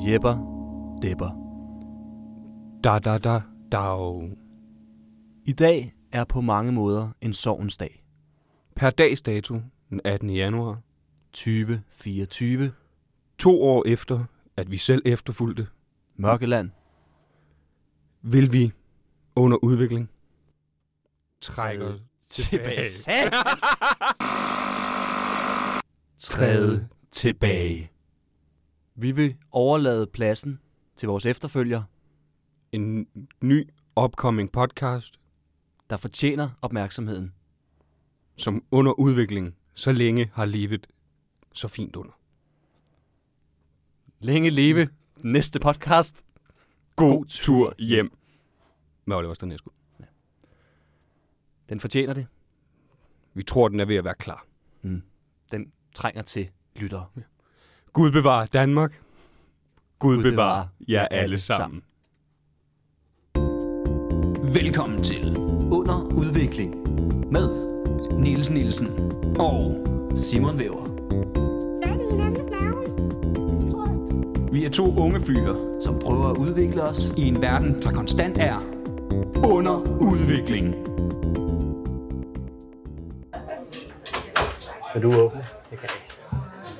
Jepper Depper. Da da da dag. I dag er på mange måder en sorgens dag. Per dags dato, den 18. januar, 2024. to år efter, at vi selv efterfulgte, Mørkeland. vil vi under udvikling trække os Tilbage. tilbage. Træde tilbage. Vi vil overlade pladsen til vores efterfølger, En ny upcoming podcast, der fortjener opmærksomheden. som under udvikling så længe har levet så fint under. Længe leve den næste podcast. God tur hjem. Med Oliver Stanescu. Den fortjener det. Vi tror, den er ved at være klar. Den trænger til lyttere. Gud bevarer Danmark. Gud Gud, Gud bevarer bevarer jer jer alle alle sammen. Velkommen til Under Udvikling med Niels Nielsen og Simon Væver. fat i hinandens navle. Tror jeg. Vi er to unge fyre, som prøver at udvikle os i en verden, der konstant er under udvikling. Vil du åbne? Det kan jeg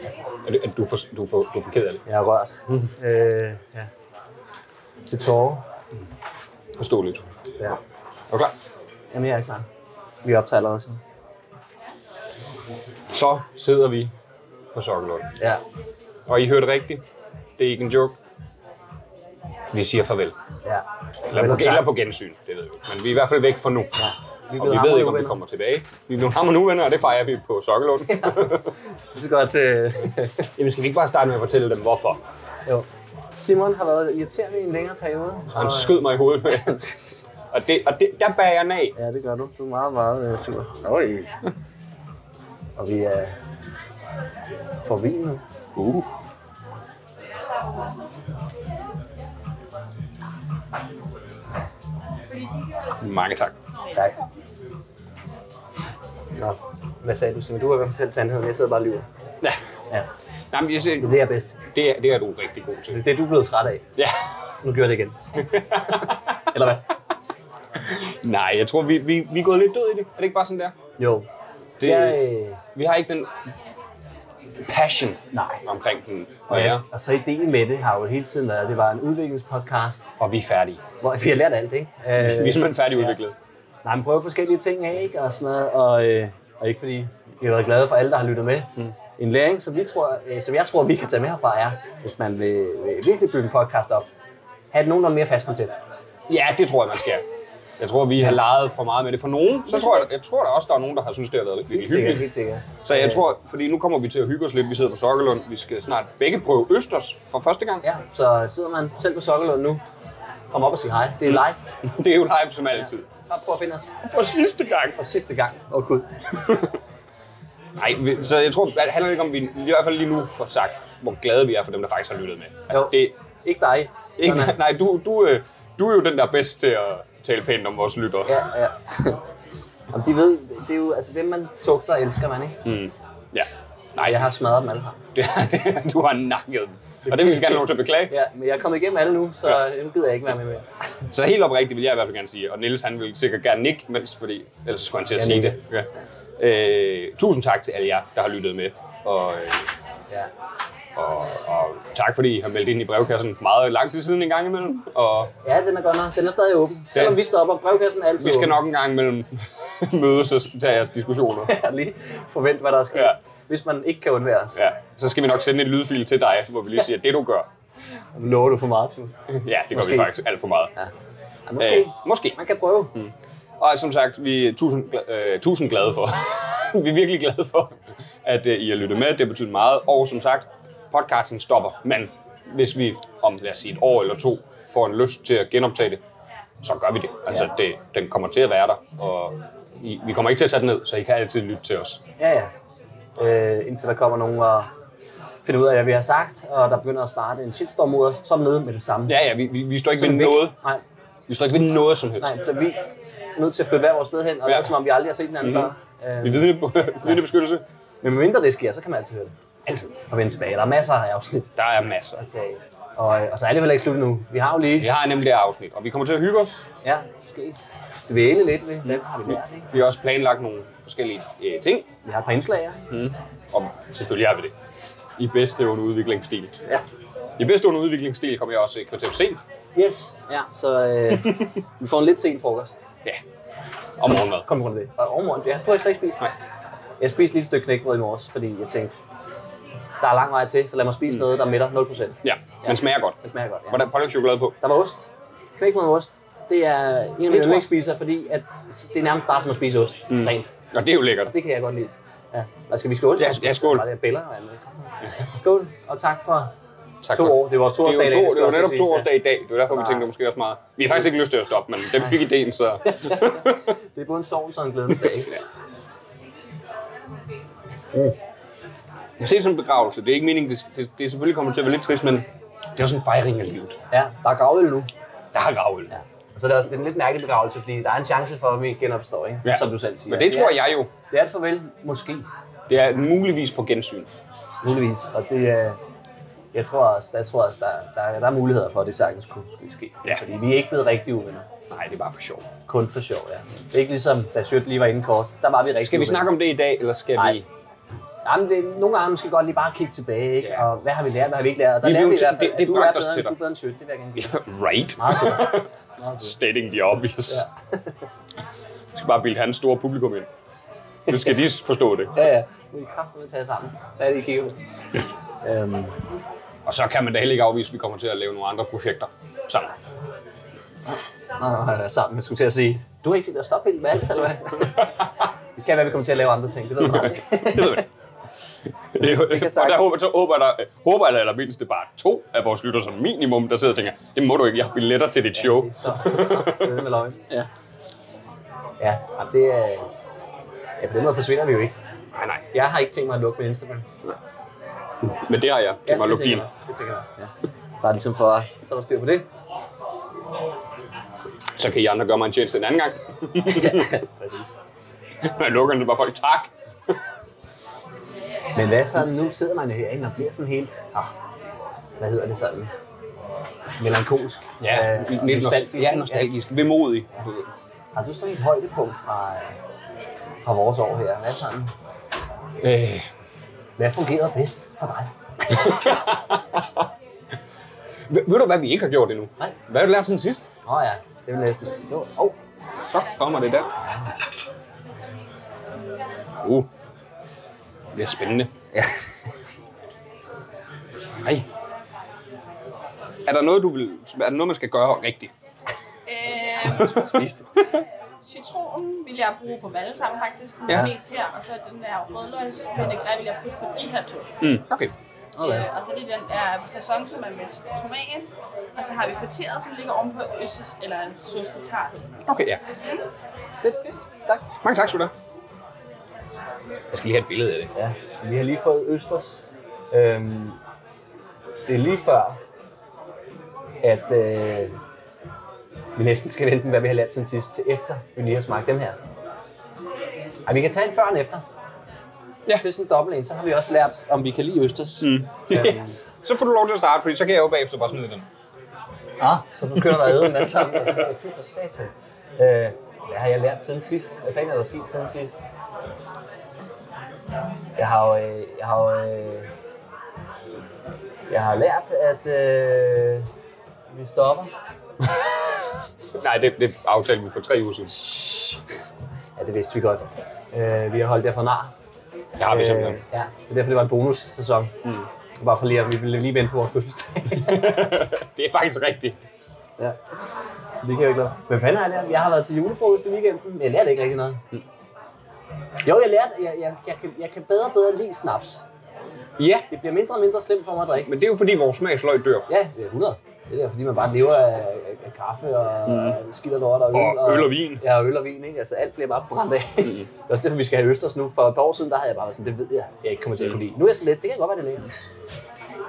ikke. Er du, er du, for, du, for, du er for ked af det? Jeg er rørt. øh, ja. Til tårer. Forståeligt. Ja. Er du klar? Jamen, jeg er klar. Vi optager allerede sådan. Så sidder vi på Sokkelund. Ja. Og I hørte rigtigt. Det er ikke en joke. Vi siger farvel. Ja. Eller på, eller på gensyn, det ved vi. ikke. Men vi er i hvert fald væk for nu. Ja. Vi er og blevet vi ved ikke, om vi hammerende kommer tilbage. Vi er blevet hammer nu, venner, og det fejrer vi på Sokkelund. Det er godt. Øh, Jamen skal vi ikke bare starte med at fortælle dem, hvorfor? jo. Simon har været irriterende i en længere periode. Og han skød mig i hovedet med. Og, det, og det, der bærer jeg den af. Ja, det gør du. Du er meget, meget øh, sur. Øj. Og vi øh, er forvinet. Uh. Mange tak. Tak. Nå, hvad sagde du, Simon? Du har i hvert fald selv sandheden. Jeg sidder bare og lyver. Ja. Ja. Nej, men jeg Det er siger, det, jeg er bedst. det, er, det er du rigtig god Det til. er det, du er blevet træt af. Ja. Så nu gør jeg det igen. Eller hvad? Nej, jeg tror, vi, vi, vi er gået lidt død i det. Er det ikke bare sådan der? Jo. Det, Jeg, øh, Vi har ikke den passion nej. omkring den Og, mere, jeg, og så ideen med det har jo hele tiden været, at det var en udviklingspodcast, og vi er færdige. hvor vi har lært alt, ikke? Øh, Vi er simpelthen færdigudviklet. Nej, men prøve forskellige ting af, ikke? Og sådan noget. Og, øh, og ikke fordi vi har været glade for alle, der har lyttet med. Mm. En læring, som, vi tror, øh, som jeg tror, vi kan tage med herfra, er, hvis man vil, vil virkelig bygge en podcast op, have et nogenlunde mere fast koncept. Ja, det tror jeg, man skal. Jeg tror, vi har leget for meget med det. For nogen, så tror jeg, jeg tror der også, der er nogen, der har synes, det har været lidt Helt sikkert, hyggeligt. helt sikkert. Så jeg tror, fordi nu kommer vi til at hygge os lidt. Vi sidder på Sokkelund. Vi skal snart begge prøve Østers for første gang. Ja, så sidder man selv på Sokkelund nu, kom op og sig hej. Det er live. Det er jo live som altid. Bare prøv at finde os. For sidste gang. Og sidste gang. Åh oh, gud. Nej, så jeg tror, det handler ikke om, at vi i hvert fald lige nu får sagt, hvor glade vi er for dem, der faktisk har lyttet med. At Jo. Det, Ikke dig. ikke, Sådan er- nej, du, du, øh, du er jo den, der er bedst til at tale pænt om vores lyttere. Ja, ja. Jamen, de ved, det er jo, altså dem man tugter, elsker man, ikke? Mm. ja. Nej, Og jeg har smadret dem alle sammen. det, det, du har nakket dem. Og det vil vi gerne have lov til at beklage. Ja, men jeg er kommet igennem alle nu, så ja. nu gider jeg ikke være med mere. Så helt oprigtigt vil jeg i hvert fald gerne sige, og Niels han vil sikkert gerne nikke, mens, fordi ellers skulle han til at Jeg sige nikker. det. Ja. Øh, tusind tak til alle jer, der har lyttet med. Og, øh, Ja. og, og tak fordi I har meldt ind i brevkassen meget lang tid siden en gang imellem. Og ja, den er godt nok. Den er stadig åben. Selvom vi stopper, brevkassen er altid vi skal åben. nok en gang imellem mødes og tage jeres diskussioner. Jeg lige forvente, hvad der er sket. Ja. Ja. Hvis man ikke kan undvære os, ja. Ja. Så skal vi nok sende en lydfil til dig, hvor vi lige siger, det du gør. lover du for meget til. Ja, det gør Måske. vi faktisk alt for meget. Ja, måske. Øh, måske. Man kan prøve. Mm. Og som sagt, vi er tusind, gla- øh, tusind glade for. vi er virkelig glade for, at øh, I har lyttet med. Det betyder meget. Og som sagt, podcasten stopper. Men hvis vi om, lad os sige, et år eller to, får en lyst til at genoptage det, så gør vi det. Altså, det, den kommer til at være der. Og I, vi kommer ikke til at tage den ned, så I kan altid lytte til os. Ja, ja. Øh, indtil der kommer nogen og finder ud af, hvad vi har sagt, og der begynder at starte en shitstorm ud af os, så er den nede med det samme. Ja, ja, vi, vi, vi står ikke Så er ved den væk. noget. Nej, Vi står ikke ved noget som helst. nej, så vi er nødt til at flytte hver vores sted hen, og Ja. Mhm. ja. som om vi aldrig har set hinanden mm-hmm. før. Vi er Øh, vidne- vidnebeskyttelse. men medmindre det sker, så kan man altid høre det. Altid. Og vende tilbage. Der er masser af afsnit. Der er masser. at tage af. Og, øh, og så er det vel ikke slut nu. Vi har jo lige, Vi ja, har nemlig det her afsnit, og vi kommer til at hygge os. ja måske dvæle lidt ved, hvad har vi lært, ikke? Vi har også planlagt nogle forskellige øh, ting, Vi har et par indslag, ja. og selvfølgelig har vi det. I bedste under udviklingsstil. ja. I bedste under udviklingsstil kommer jeg også et kvarter for sent. Yes, ja, så øh, vi får en lidt sen frokost. Ja. Og morgenmad. Kom rundt det. Og overmorgen, ja, du har ikke slet ikke spist. Nej. Jeg spiste lige et stykke knækbrød i morges, fordi jeg tænkte, der er lang vej til, så lad mig spise mm. noget, der mætter 0%. Ja, men smager godt. Det smager godt, ja. Hvordan pålæg chokolade på? Der var ost. Knækbrød med ost. Det er en af mine tror jeg. yndlingsspiser, fordi at det er nærmest bare som at spise ost. Mm. Rent. Og det er jo lækkert. Og det kan jeg godt lide. Ja. Hvad skal vi skåle? Ja, ja, skål. Bare det bæller og alt muligt. Skål, og tak for Tak to for- år. Det var vores Det er jo, toårsdag. i dag, to, det er skal jo også lige netop siges, to ja. års dag i dag. Det var derfor, vi Nej. tænkte, det måske også meget. Vi har faktisk ikke lyst til at stoppe, men da vi fik ideen, så... Det er både en sovn og en glædens dag, ikke? Jeg ser som en begravelse. Det er ikke meningen, det, det, det er selvfølgelig kommer til at være lidt trist, men det er også en fejring af livet. Ja, der er gravøl nu. Der er gravøl. Ja. Og så er det, også, det er en lidt mærkelig begravelse, fordi der er en chance for, at vi genopstår, ikke? Ja. som du selv siger. Men det tror jeg jo, Det er et farvel, måske, det er muligvis på gensyn. muligvis. Og det er... Jeg tror også, der, tror også, der, der, der er muligheder for, at det sagtens kunne, skulle ske. Ja. Fordi vi er ikke blevet rigtig uvenner. Nej, det er bare for sjov. Kun for sjov, ja. Det er ikke ligesom, da Sjøt lige var inde kort. Der var vi rigtig Skal vi snakke om det i dag, eller skal Nej. vi... Jamen, det, nogle gange skal godt lige bare kigge tilbage, ikke? Ja. Og hvad har vi lært, hvad har vi ikke lært? Og Der Vi lærte blev vi i til- hvert fald, det- at det du er bragte os bedre, til end- du dig. er bedre end Sjøt. Det vil jeg gerne give. right. Meget godt. Meget godt. Stating the obvious. Ja. Vi skal bare bilde hans store publikum ind. Nu skal de forstå det. Ja, ja. Nu er I kraftedeme tage jer sammen. Hvad er det, I kigger på? øhm, Og så kan man da heller ikke afvise, at vi kommer til at lave nogle andre projekter sammen. nej, nej, nej, sammen. Jeg skulle til at sige, du har ikke set at stoppe helt med alt, eller hvad? det kan være, vi kommer til at lave andre ting. Det ved man aldrig. Det ved man. Det er jo, kan og der sagtens. håber, så håber jeg, der, håber jeg, der er mindst bare to af vores lytter som minimum, der sidder og tænker, det må du ikke, jeg har billetter til dit show. Det står det med løgn. Ja. Ja, jamen, det er... Ja, på den måde forsvinder vi jo ikke. Nej, nej, Jeg har ikke tænkt mig at lukke med Instagram. men det har jeg. Det var det lukke tænker din. jeg. Det tænker jeg. Ja. Bare ligesom for, at- så er der styr på det. Så kan I andre gøre mig en tjeneste en anden gang. Præcis. Jeg lukker den så bare folk, tak. Men hvad så, nu sidder man jo herinde og bliver sådan helt, ah, hvad hedder det sådan, melankolsk. Ja, øh, lidt og nostalgisk. Ja, nostalgisk. Vemodig. Har du sådan et højdepunkt fra, øh, fra vores år her? Hvad, sådan, Øh, hvad fungerede bedst for dig? ved, ved du, hvad vi ikke har gjort endnu? Nej. Hvad har du lært siden sidst? Nå ja, det er jo næsten sådan. Nå, oh, Så kommer det der. Uh. Det bliver spændende. ja. Ej. Er der noget, du vil, er der noget, man skal gøre rigtigt? Øh, Spis det. citronen vil jeg bruge på dem alle sammen faktisk, men Ja. ja. mest her. Og så den der rødløgs vinaigrette vil jeg putte på de her to. Mm. Okay. Okay. Øh, og så er det den der sæson, som er med tomat. Og så har vi friteret, som ligger ovenpå øsses, eller sauce tatar. Okay, ja. Det, tak. Mange tak, skal du have. Jeg skal lige have et billede af det. Ja, vi har lige fået Østers. Øhm, det er lige før, at øh, vi næsten skal vente, hvad vi har lært siden sidst, til efter vi lige har smagt dem her. Ej, vi kan tage en før og en efter. Ja. Det er sådan en dobbelt en, så har vi også lært, om vi kan lide Østers. Mm. øhm, Så får du lov til at starte, fordi så kan jeg jo bagefter bare smide den. ah, så du skynder dig at æde dem alle sammen, og så sådan, fy for satan. Øh, hvad har jeg lært siden sidst? Hvad fanden er der sket siden sidst? Jeg har jo, øh, jeg har jo, øh, jeg har lært, at øh, vi stopper. Nej, det, det aftalte vi for tre uger siden. Ja, det vidste vi godt. Øh, vi har holdt jer for nar. Det har vi simpelthen. Øh, ja, det er derfor, det var en bonussæson. Mm. Det var for lige, at vi ville lige vente på vores fødselsdag. Det er faktisk rigtigt. ja. Så det kan jeg jo ikke lade. Hvad fanden har jeg lært? Jeg har været til julefrokost i weekenden, men jeg lærte ikke rigtig noget. Jo, jeg lærte, jeg, jeg, jeg, kan, jeg kan bedre og bedre lide snaps. Ja, Det bliver mindre og mindre slemt for mig at drikke. men det er jo fordi, vores smagsløg dør. Ja, det er 100. Det er der, fordi man bare lever af, af- af kaffe og mm. skidt og lort og øl. Og øl og vin. Ja, og øl og vin, ikke? Altså alt bliver bare brændt af. Mm. det er også derfor, vi skal have Østers nu. For et par år siden, der havde jeg bare været sådan, det ved jeg, jeg ikke kommer til at kunne lide. Nu er jeg sådan lidt, det kan godt være, det ligger.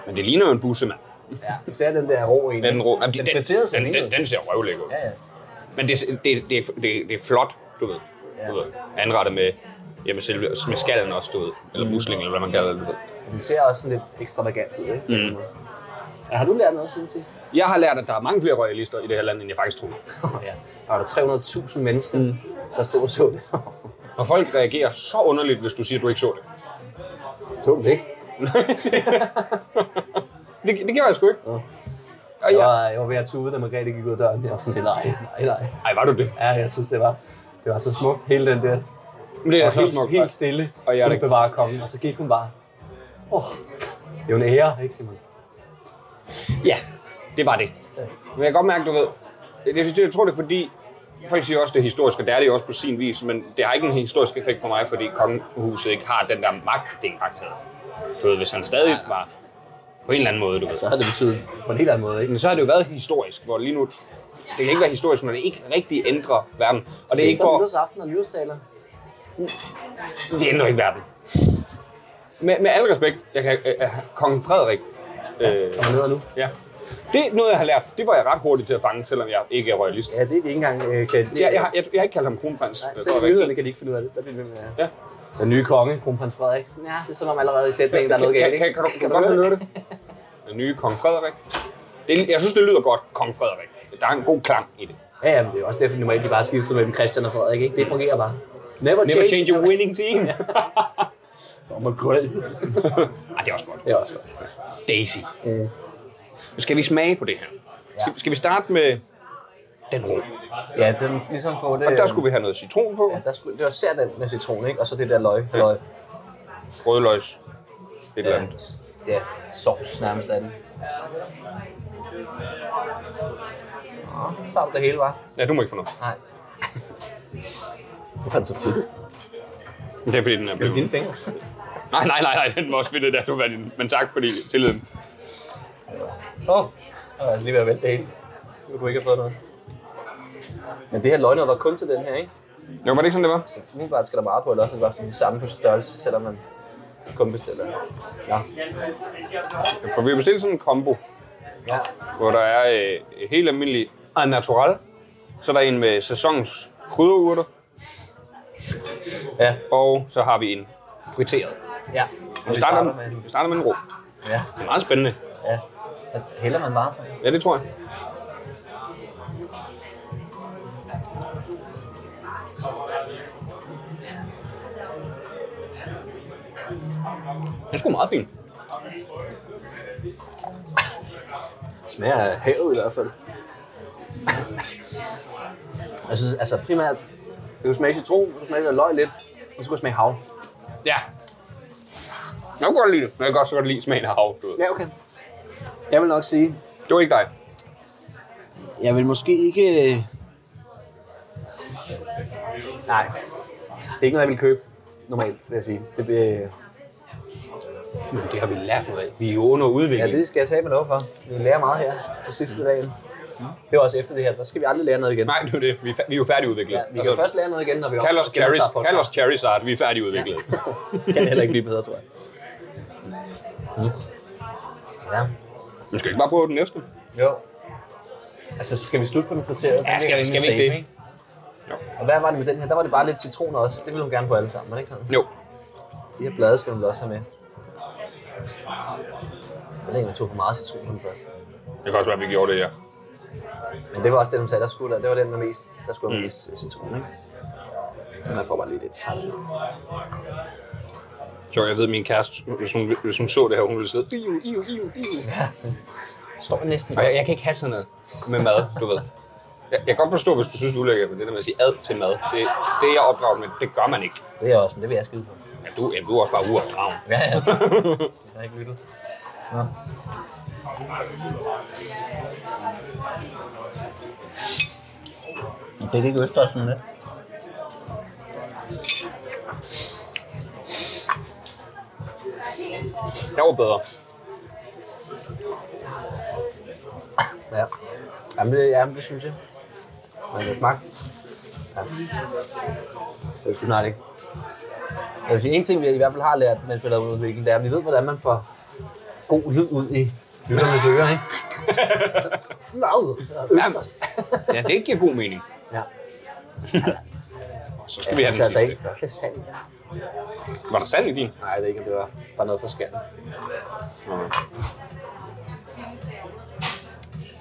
Men det ligner jo en busse, mand. Ja, især den der rå en. Den, rå, Jamen, den, friterede sig den, den, den, den, ser røvlækker ud. Ja, ja. Men det, det, det, det, det er flot, du ved. Du ved. Anrettet med, ja, med, selve, med skallen Mm. også, du ved. Eller musling, eller hvad man kalder det. du ved. Den ser også sådan lidt ekstravagant ud, ikke? Mm. Har du lært noget siden sidst? Jeg har lært, at der er mange flere royalister i det her land, end jeg faktisk troede. ja. Der var der 300.000 mennesker, mm. der stod og så det. Og folk reagerer så underligt, hvis du siger, at du ikke så det. så det ikke. det, det gjorde jeg sgu ikke. Og Jeg jeg, var, jeg var ved at tude, da Margrethe gik ud af døren. Jeg var sådan, nej, nej, nej. ej, var du det? Ja, jeg synes, det var, det var så smukt, hele den der. Men det er og så helt, smukt. helt stille. Og jeg er hun da- bevarer kongen, og så gik hun bare. Oh, det er jo en ære, ikke Simon? Ja, det var det. Men jeg kan godt mærke, du ved, jeg, synes, jeg tror det er fordi, folk siger også, det er historisk, og det er det jo også på sin vis, men det har ikke en historisk effekt på mig, fordi kongehuset ikke har den der magt, det engang havde. Du ved, hvis han stadig var på en eller anden måde, du ved. Så har det betydet på en helt anden måde, ikke? Men så har det jo været historisk, hvor lige nu, det kan ikke være historisk, når det ikke rigtig ændrer verden. Og det er ikke for, nytårsaften og nytårstaler. det ændrer ikke verden. Med, med al respekt, jeg kan, øh, øh, kong Frederik, øh, Kommer ned nu. ja. Det er noget, jeg har lært. Det var jeg ret hurtigt til at fange, selvom jeg ikke er royalist. Ja, det er de ikke engang. Øh, kan, det, Jeg, jeg, har, jeg, jeg har ikke kaldt ham kronprins. nej, øh, selv Frederik. nyhederne kan de ikke finde ud af det. Der bliver det med, Ja. Den nye konge, kronprins Frederik. Ja, det er som om allerede i sætningen, der er noget kan, galt, kan, ikke? kan, kan, du, kan du godt høre det? Den nye kong Frederik. Det, jeg synes, det lyder godt, kong Frederik. Der er en god klang i det. Ja, ja, men det er også derfor, normalt de bare skifter mellem Christian og Frederik, ikke? Det fungerer bare. Never, Never change a winning team. Om at grøl. Ej, det er også godt. Det er også godt. Daisy. Mm. Skal vi smage på det her? Skal, skal vi starte med den rå? Ja, den ligesom få det... Og der skulle vi have noget citron på. Ja, der skulle, det var især den med citron, ikke? Og så det der løg. løg. Rødløgs. Et eller Ja, andet. ja, sovs nærmest af den. Nå, så tager du det hele, var. Ja, du må ikke få noget. Nej. Det fandt så fedt. Men det er fordi, den er blevet... fingre. Nej, nej, nej, nej, den var også fedt, der du var din. Men tak fordi tilliden. Åh, oh, jeg var altså lige ved at vælte det hele. Du kunne ikke have fået noget. Men det her løgnød var kun til den her, ikke? Jo, var det ikke sådan, det var? Så umiddelbart skal der meget på, eller også er det bare fordi de er samme på størrelse, selvom man kun bestiller. Ja. For vi har bestilt sådan en kombo, ja. hvor der er øh, helt almindelig en natural. Så er der en med sæsonens krydderurter, Ja. og så har vi en friteret. Ja. Vi starter, med, vi starter med en rå. Ja. Det er meget spændende. Ja. At- Hælder man bare, så. Ja, det tror jeg. Den er sgu meget fin. smager af havet i hvert fald. jeg synes, altså primært, det kunne smage citron, det kunne smage lidt af løg lidt, og så kunne det smage hav. Ja. Jeg kan godt lide det, men jeg kan også godt lide smagen af hav. Du ved. Ja, okay. Jeg vil nok sige, Det var ikke dig. jeg vil måske ikke... øh, Nej, det er ikke noget, jeg vil købe normalt, vil jeg sige. Det, øh, Men det har vi lært noget af. Vi er jo under udvikling. ja, det skal jeg sige med lov for. Vi lærer meget her på sidste dagen. Det var også efter det her, så skal vi aldrig lære noget igen. Nej, det er det. Vi er, fa- vi er jo færdigudviklet. Altså, Ja, vi kan først lære noget igen, når vi Kald os, genoptager Charis, podcasten. kald os Charizard, vi er færdigudviklet. Ja. kan heller ikke blive bedre, tror jeg. Ja. Men skal vi ikke bare prøve den næste? Jo. Altså, skal vi slutte på den friterede? Ja, Den skal er vi- skal vi rimelig ikke safe, det? Jo. Og hvad var det med den her? Der var det bare lidt citron også. Det ville hun gerne på alle sammen, var det ikke sådan? Jo. De her blade skal hun vel også have med. Jeg ved ikke, om jeg tog for meget citron på den første. Det kan også være, at vi gjorde det, ja. Men det var også den, hun sagde, der skulle der. Det var den, der, mest, der skulle mm. mest citron, ikke? Så man får bare lige lidt salt. Så jeg ved, at min kæreste, hvis hun, hvis hun så det her, hun ville sidde... Iu, iu, iu, iu. Ja, det står næsten Og godt. jeg, jeg kan ikke have sådan noget med mad, du ved. Jeg, jeg kan godt forstå, hvis du synes, du er ulækkert, men det der med at sige ad til mad, det, det jeg er opdraget med, det gør man ikke. Det er jeg også, men det vil jeg skide på. Ja, du, ja, du er også bare uopdragen. Ja, ja. Jeg har ikke lyttet. Nå. Jeg fik ikke østret sådan lidt. Jeg var bedre. Ja. Jamen det, jamen, det synes jeg. Men det smagte. Ja. Det er sgu snart ikke. Jeg vil sige, en ting, vi i hvert fald har lært, mens vi har lavet udviklingen, det er, at vi ved, hvordan man får god lyd ud i lytternes ører, ikke? Nå, østers. Ja, det giver god mening. Ja. Så skal vi have den altså, der er sidste. ikke det er sand, ja. Var der sand i din? Nej, jeg ved ikke, om det var bare noget forskelligt.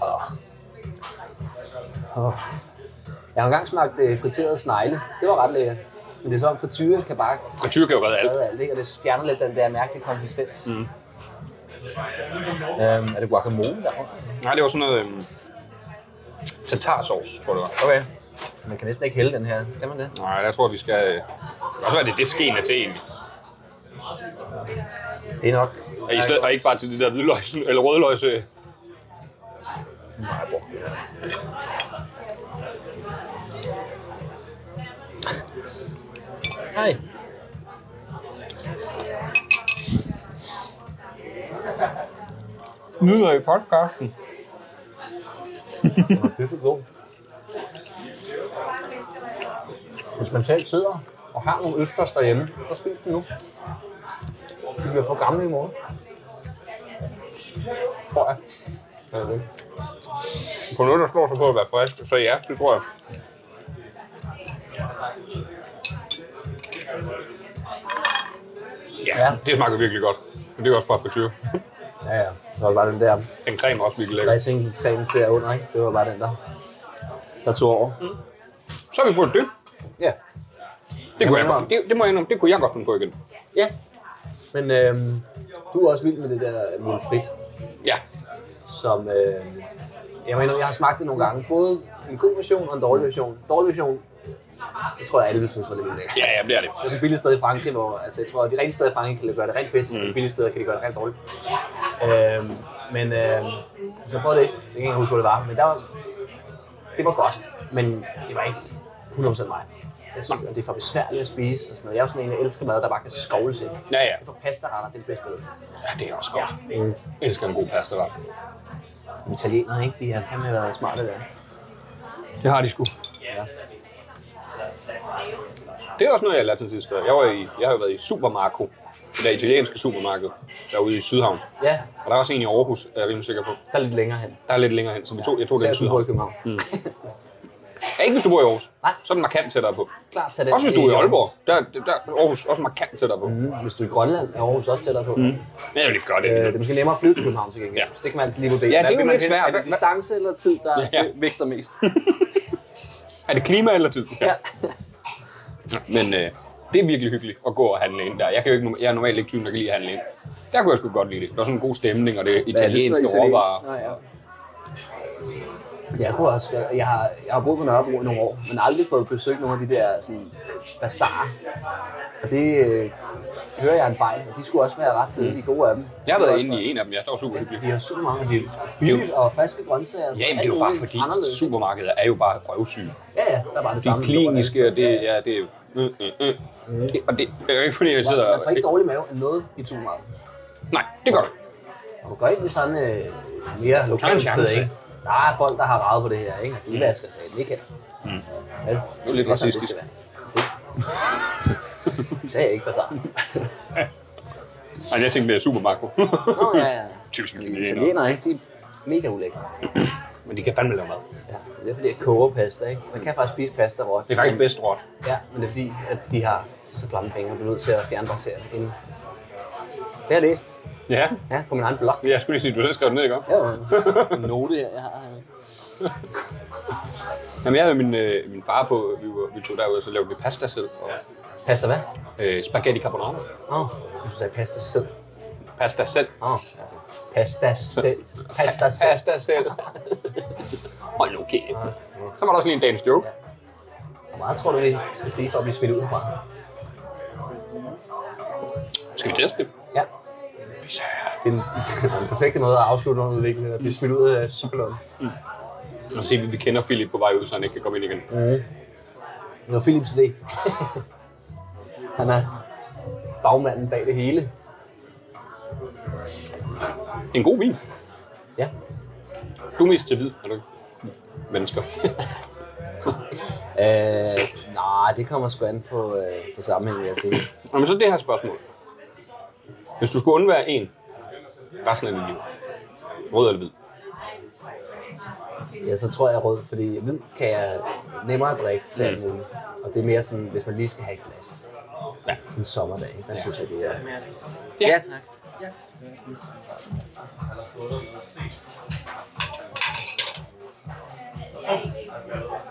Åh. Åh. Jeg har engang smagt øh, friteret snegle. Det var ret lækkert. Men det er sådan, for tyre kan bare Frityr kan jo redde alt. redde alt, ikke? og det fjerner lidt den der mærkelige konsistens. Mm. Øhm, er det guacamole der? Nej, det var sådan noget... Øhm, tatarsauce, tror jeg det var. Okay. Man kan næsten ikke hælde den her. Kan man det? Nej, jeg tror, vi skal... Øh, det kan også være, det er det skeen er til egentlig. Det er nok. Og, i stedet, og ikke bare til det der hvidløgs, eller rødløgs... Øh. Nej, bror. Nej. Nyder i podcasten. Det er god. Hvis man selv sidder og har nogle østers derhjemme, så spis dem nu. De bliver for gamle i morgen. Tror jeg. Ja, det. På noget, der slår sig på at være frisk, så ja, det tror jeg. Ja, Ja. ja. det smager virkelig godt. Men det er også fra frityr. Ja, ja. Så var det bare den der Den creme er også virkelig lækker. dressingcreme derunder, ikke? Det var bare den der, der tog over. Så har vi brugt det. Ja. Det, kunne jeg mener godt. Det, det, må jeg indrømme. Det kunne jeg godt finde på igen. Ja. Men øhm, du er også vild med det der mulfrit, Ja. som øh, jeg mener, jeg har smagt det nogle gange. Både en god version og en dårlig version. Dårlig version, jeg tror, alle vil synes var lidt lækkert. Ja, ja, det er det. Det er sådan et billigt sted i Frankrig, hvor altså, jeg tror, at de rigtige steder i Frankrig kan gøre det rent fedt, mm. de billige steder kan de gøre det rent dårligt. Øhm, men øh, så prøvede det ikke. Det kan jeg ikke huske, hvor det var. Men der var, det var godt, men det var ikke 100% mig. Jeg synes, at det er for besværligt at spise og sådan noget. Jeg er jo sådan en, der elsker mad, der bare kan skovles ind. Ja, ja. For pastaretter, det er det bedste. Mm. Ja, det er også godt. Jeg elsker en god pastaret. Italienerne, ikke? De har fandme været smarte der. Det har de sgu. Ja. Det er også noget, jeg lærte til sidst. Jeg, var i, jeg har jo været i Supermarco. Det der italienske supermarked derude i Sydhavn. Ja, Og der er også en i Aarhus, er jeg rimelig sikker på. der er lidt længere hen. Der er lidt længere hen, så vi tog, jeg tog den i Især hvis du bor Sydhavn. i København. Mm. Ja, ikke hvis du bor i Aarhus. Nej. Så er den markant tættere på. Klart tage den. Også hvis du er i Aalborg. Der, der, der er Aarhus også markant tættere på. Mm. Mm, hvis du er i Grønland, er Aarhus også tættere på. Mm. Det er jo lidt godt, Øh, det. det er måske nemmere at flyve til København til gengæld. Ja. Ja. Så det kan man altid lige vurdere. Ja, det er jo vil man lidt helst? svært. Er det distance eller tid, der Ja. ja. vægter mest? Er det klima eller tid? Ja. Men øh, det er virkelig hyggeligt at gå og handle ind der. Jeg, kan jo ikke, jeg er normalt ikke typen, der kan lide at handle ind. Der kunne jeg sgu godt lide det. Der var sådan en god stemning, og det er italienske ja, råvarer. Nej, ja. Jeg, kunne også, jeg, jeg, har, jeg har boet på Nørrebro i nogle år, men aldrig fået besøgt nogle af de der sådan, bazarer. Og det øh, hører jeg er en fejl, og de skulle også være ret fede, de gode af dem. Jeg har været inde i en af dem, ja. Der var super hyggeligt. De har super mange, og de er billigt og friske grøntsager. og sådan Ja, men det alt er jo bare muligt fordi, anderledes. supermarkeder er jo bare røvsyge. Ja, ja, der var det De er samme. kliniske, og det, ja, det er... Øh, øh, øh. Det- Og det, det er jo ikke fordi, jeg sidder... Man får ikke dårlig mave af noget i supermarkedet. Nej, det gør det. Og du går ind i sådan øh, mere lokale chance. steder, ikke? Der er folk, der har ravet på det her, ikke? Og de mm. vasker sig ikke her. Mm. Ja, det er lidt sådan, racistisk. Det skal være. Det sagde jeg ikke for sammen. Nej, jeg tænkte mere supermarked. Nå, ja, ja. Typisk italienere. Italiener, ikke? De er mega ulækre. Men de kan fandme lave mad. Ja, det er fordi, jeg koger pasta, ikke? Man kan faktisk spise pasta råt. Det er faktisk bedst råt. Ja, men det er fordi, at de har så klamme fingre, du er nødt til at fjerne bakterierne inden. Det har jeg læst. Ja, Ja, på min egen blog. jeg skulle lige sige, at du selv skrev det ned, ikke? Ja, en note her, jeg har. her. Jamen, jeg havde min, øh, min far på, vi, var, vi tog derud, og så lavede vi pasta selv, og Pasta hvad? øh, spaghetti carbonara. Åh, oh, du sagde pasta selv. Pasta selv. Åh, oh, pasta selv. Pasta selv. Pasta selv. Hold nu okay. Så var der også lige en dagens joke. Hvor meget tror du, vi skal sige for at blive smidt ud herfra? Skal vi teste det? Ja. Det er en, det er den perfekte måde at afslutte en udvikling, at blive smidt ud af cykelånden. Og se, at vi kender Philip på vej ud, så han ikke kan komme ind igen. Det var Philips idé. Han er bagmanden bag det hele. En god vin. Ja. Du er mest til hvid, er du ikke? Mennesker. Øh, nej, det kommer sgu an på, øh, på sammenhængen, vil jeg sige. Nå, men så det her spørgsmål. Hvis du skulle undvære en resten af dit liv, rød eller hvid, Ja, så tror jeg rød, fordi hvid kan jeg nemmere drikke til Mm. alt muligt. Og det er mere sådan, hvis man lige skal have et glas. Ja. Sådan en sommerdag, ikke? der synes jeg, det er... Ja. tak.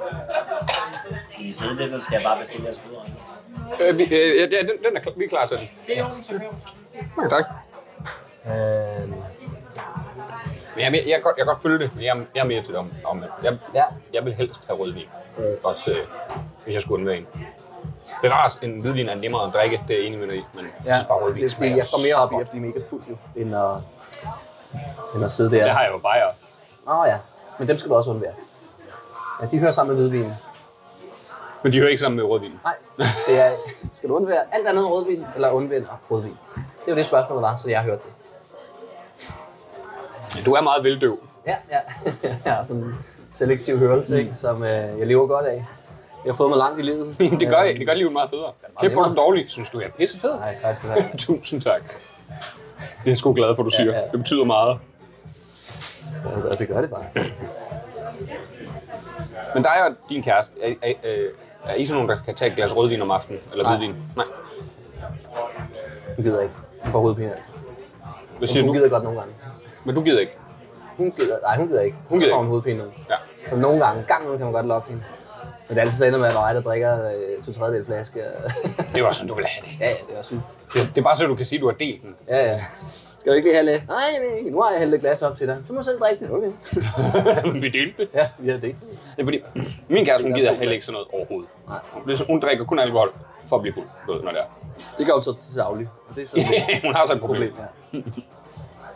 Kan I sidde lidt, eller skal jeg bare bestille jeres fodret? Øh, vi, øh, ja, den, den er klar, vi er klar til den. Det er jo så køb. Okay, tak. Øhm, Men jeg, jeg, jeg, kan godt, jeg kan godt følge det, men jeg, jeg er mere til det om, om jeg, ja. jeg vil helst have rødvin. Også øh, hvis jeg skulle undvære en. Det er rart, en hvidvin er nemmere at drikke, det er jeg enig med dig i, men ja, jeg ja. synes bare, rødvin Det er fordi, smager jeg går mere så op i godt. at blive mega fuld nu, end at, end at sidde der. Det har jeg jo bare. Nå ja, men dem skal du også undvære. Ja, de hører sammen med hvidvin. Men de hører ikke sammen med rødvin. Nej, det er, skal du undvære alt andet end rødvin, eller undvære rødvin? Det var det spørgsmål, der var, så jeg hørte det. Du er meget veldøv. Ja, ja. Jeg har sådan en selektiv hørelse, Mm. ikke, som øh, jeg lever godt af. Jeg har fået mig langt i livet. det gør, det gør livet meget federe. Kæft på nemmere. dem dårligt. Synes du, jeg er pissefed? Nej, tak skal du have. Tusind tak. Det er jeg sgu glad for, du siger. ja. Det betyder meget. Ja, det gør det bare. Men dig og din kæreste, er, er, er, er I sådan nogen, der kan tage et glas rødvin om aftenen? Eller Nej. hvidvin? Nej. Du gider ikke. Hun får hovedpine altså. Hvad siger Men hun du? gider godt nogle gange. Men du gider ikke. Hun gider, nej, hun gider ikke. Hun gider får ikke. hun hovedpine nu. Ja. Så nogle gange, en gang imellem kan man godt lokke hende. Men det er altid så ender med, at der er mig, der drikker øh, to tredjedel flaske. Det var sådan, du ville have det. ja, ja, det var sygt. Det, det er bare så, du kan sige, at du har delt den. Ja, ja. Skal du ikke lige have lidt? Nej, jeg vil ikke. Nu har jeg hældt et glas op til dig. Så må du selv drikke det. Okay. Men vi delte det. ja, vi har det. Det er fordi, min kæreste, hun gider heller ikke sådan noget overhovedet. Nej. Hun, hun drikker kun alkohol for at blive fuld, du ved, når det er. Det gør hun så til daglig. Og det er sådan et hun har så et problem. problem, ja.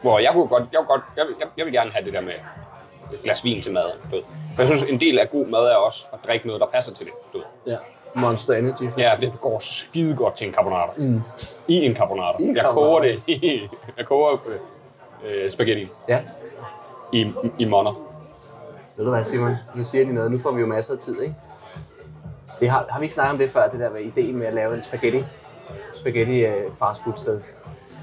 Hvor jeg kunne godt, jeg, kunne godt jeg, vil- jeg, jeg, vil gerne have det der med et glas vin til maden, du ved. For jeg synes, en del af god mad er også at drikke noget, der passer til det, du ved. ja. Monster Energy. For Ja, det går skide godt til en carbonara. Mm. I en carbonara. I en jeg carbonara. koger det. i- jeg koger øh, øh, spaghetti ja. i, i monner. Ved du hvad, Simon? Nu siger de noget. Nu får vi jo masser af tid, ikke? Det har, har vi ikke snakket om det før, det der med ideen med at lave en spaghetti, spaghetti øh, fastfood sted.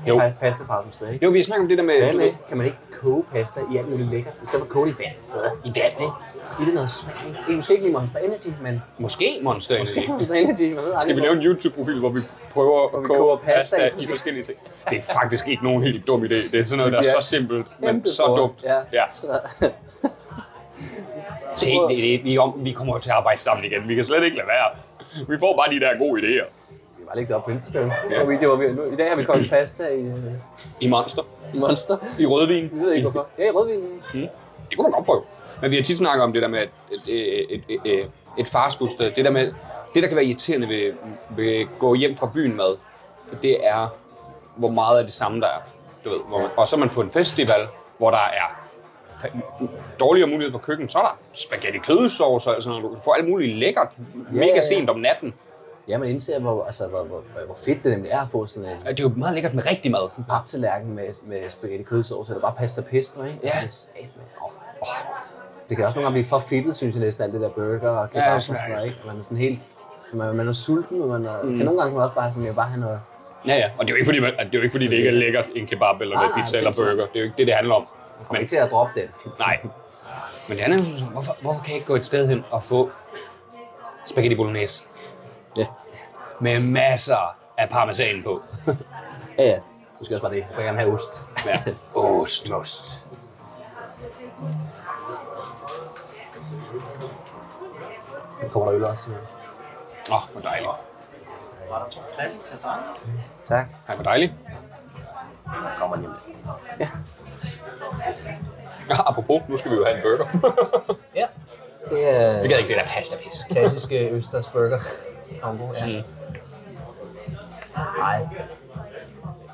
Jo. Pasta fastfood sted, ikke? Jo, vi snakker om det der med... Hvad med, kan man ikke koge pasta i alt muligt lækkert, i stedet for at koge det i vand? I vand, ikke? Så giver det noget smag, ikke? Det er måske ikke lige Monster Energy, men Måske monster måske Energy. Monster Energy, man ved aldrig. Skal vi lave en YouTube-profil, hvor vi prøver at vi koge koger pasta, pasta i i forskellige- forskellige ting? Det er faktisk ikke nogen helt dum idé. Det er sådan noget, der Det er bliver så simpelt, men Kæmpe så stor. dumt. Ja, ja. Så, Se, det, det, vi, er om, vi kommer jo til at arbejde sammen igen. Vi kan slet ikke lade være. Vi får bare de der gode idéer. Vi var lidt op på Instagram. Ja. Og videoer, vi, nu, I dag har vi kogt pasta i, øh, I monster. i Monster. I rødvin. Jeg ved ikke hvorfor. Ja, i rødvin. Det kunne man godt prøve. Men vi har tit snakket om det der med et, et, et, et, et, et fastfoodsted. Det der med, det der kan være irriterende ved, ved at gå hjem fra byen med, det er, hvor meget af det samme der er. Du ved, hvor man, og så er man på en festival, hvor der er fa- dårligere mulighed for køkken, så er der spaghetti kødsovs og sådan noget. Du får alt muligt lækkert, mega ja, ja. sent om natten. Ja, man indser, hvor, altså, hvor, hvor, hvor fedt det nemlig er at få sådan en Det er jo meget lækkert med rigtig mad. Sådan, paptallerken med, med spaghetti kødsovs, eller bare pasta pesto, ikke? Ja. Det, er satme- åh, åh. det kan også nogle gange blive for fedtet, synes jeg næsten, alt det der burger og kebab Ja, og sådan noget, ikke? Og Man er sådan helt... Man, man er sulten, og man er, mm. kan nogle gange også bare sådan, jeg vil bare have noget... Ja, ja. Og det er jo ikke, fordi, man, det, er jo ikke, fordi det ikke er lækkert en kebab eller Nej, noget nej, pizza eller sindssygt. burger. Det er jo ikke det, det handler om. Kommer ikke til at droppe den. Nej. Men det andet er sådan, hvorfor, hvorfor kan jeg ikke gå et sted hen og få spaghetti bolognese Ja. med masser af parmesan på? Ja, ja. Du skal også bare det. Jeg vil gerne have ost. Ja. Ost. Ost. Nu kommer der øl også. Simon. Åh, oh, hvor dejligt. Var der to klassisk sæson? Tak. Ej, hvor dejligt. Kommer lige med. Ja, apropos, nu skal vi jo have en burger. Ja. Det er Jeg gad ikke det der pasta pis. klassiske Østers burger. Kombo, ja. Mm. Nej.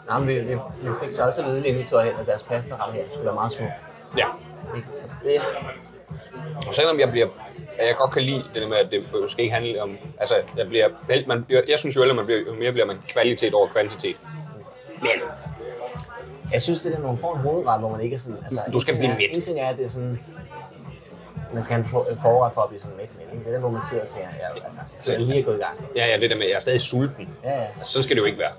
Nej, men vi, vi, vi fik så også at vide lige vi tog hen, at deres pasta her skulle være meget små. Ja. Ikke? Og Det, Og selvom jeg bliver at jeg godt kan lide det der med, at det måske ikke handler om... Altså, jeg, bliver, vel- man bliver, jeg synes jo, at man bliver, jo mere bliver man kvalitet over kvantitet. Men jeg synes, det er, når man får en hovedret, hvor man ikke er sådan... Altså, Du skal en ting blive er- mæt. En ting er, at det er sådan... Man skal have en for- en forret for at blive sådan mæt, men ikke? det er der, hvor man sidder til, at jeg, altså, jeg lige er gået i gang. ja, ja, det der med, at jeg er stadig sulten. Ja, ja. Altså, sådan skal det jo ikke være.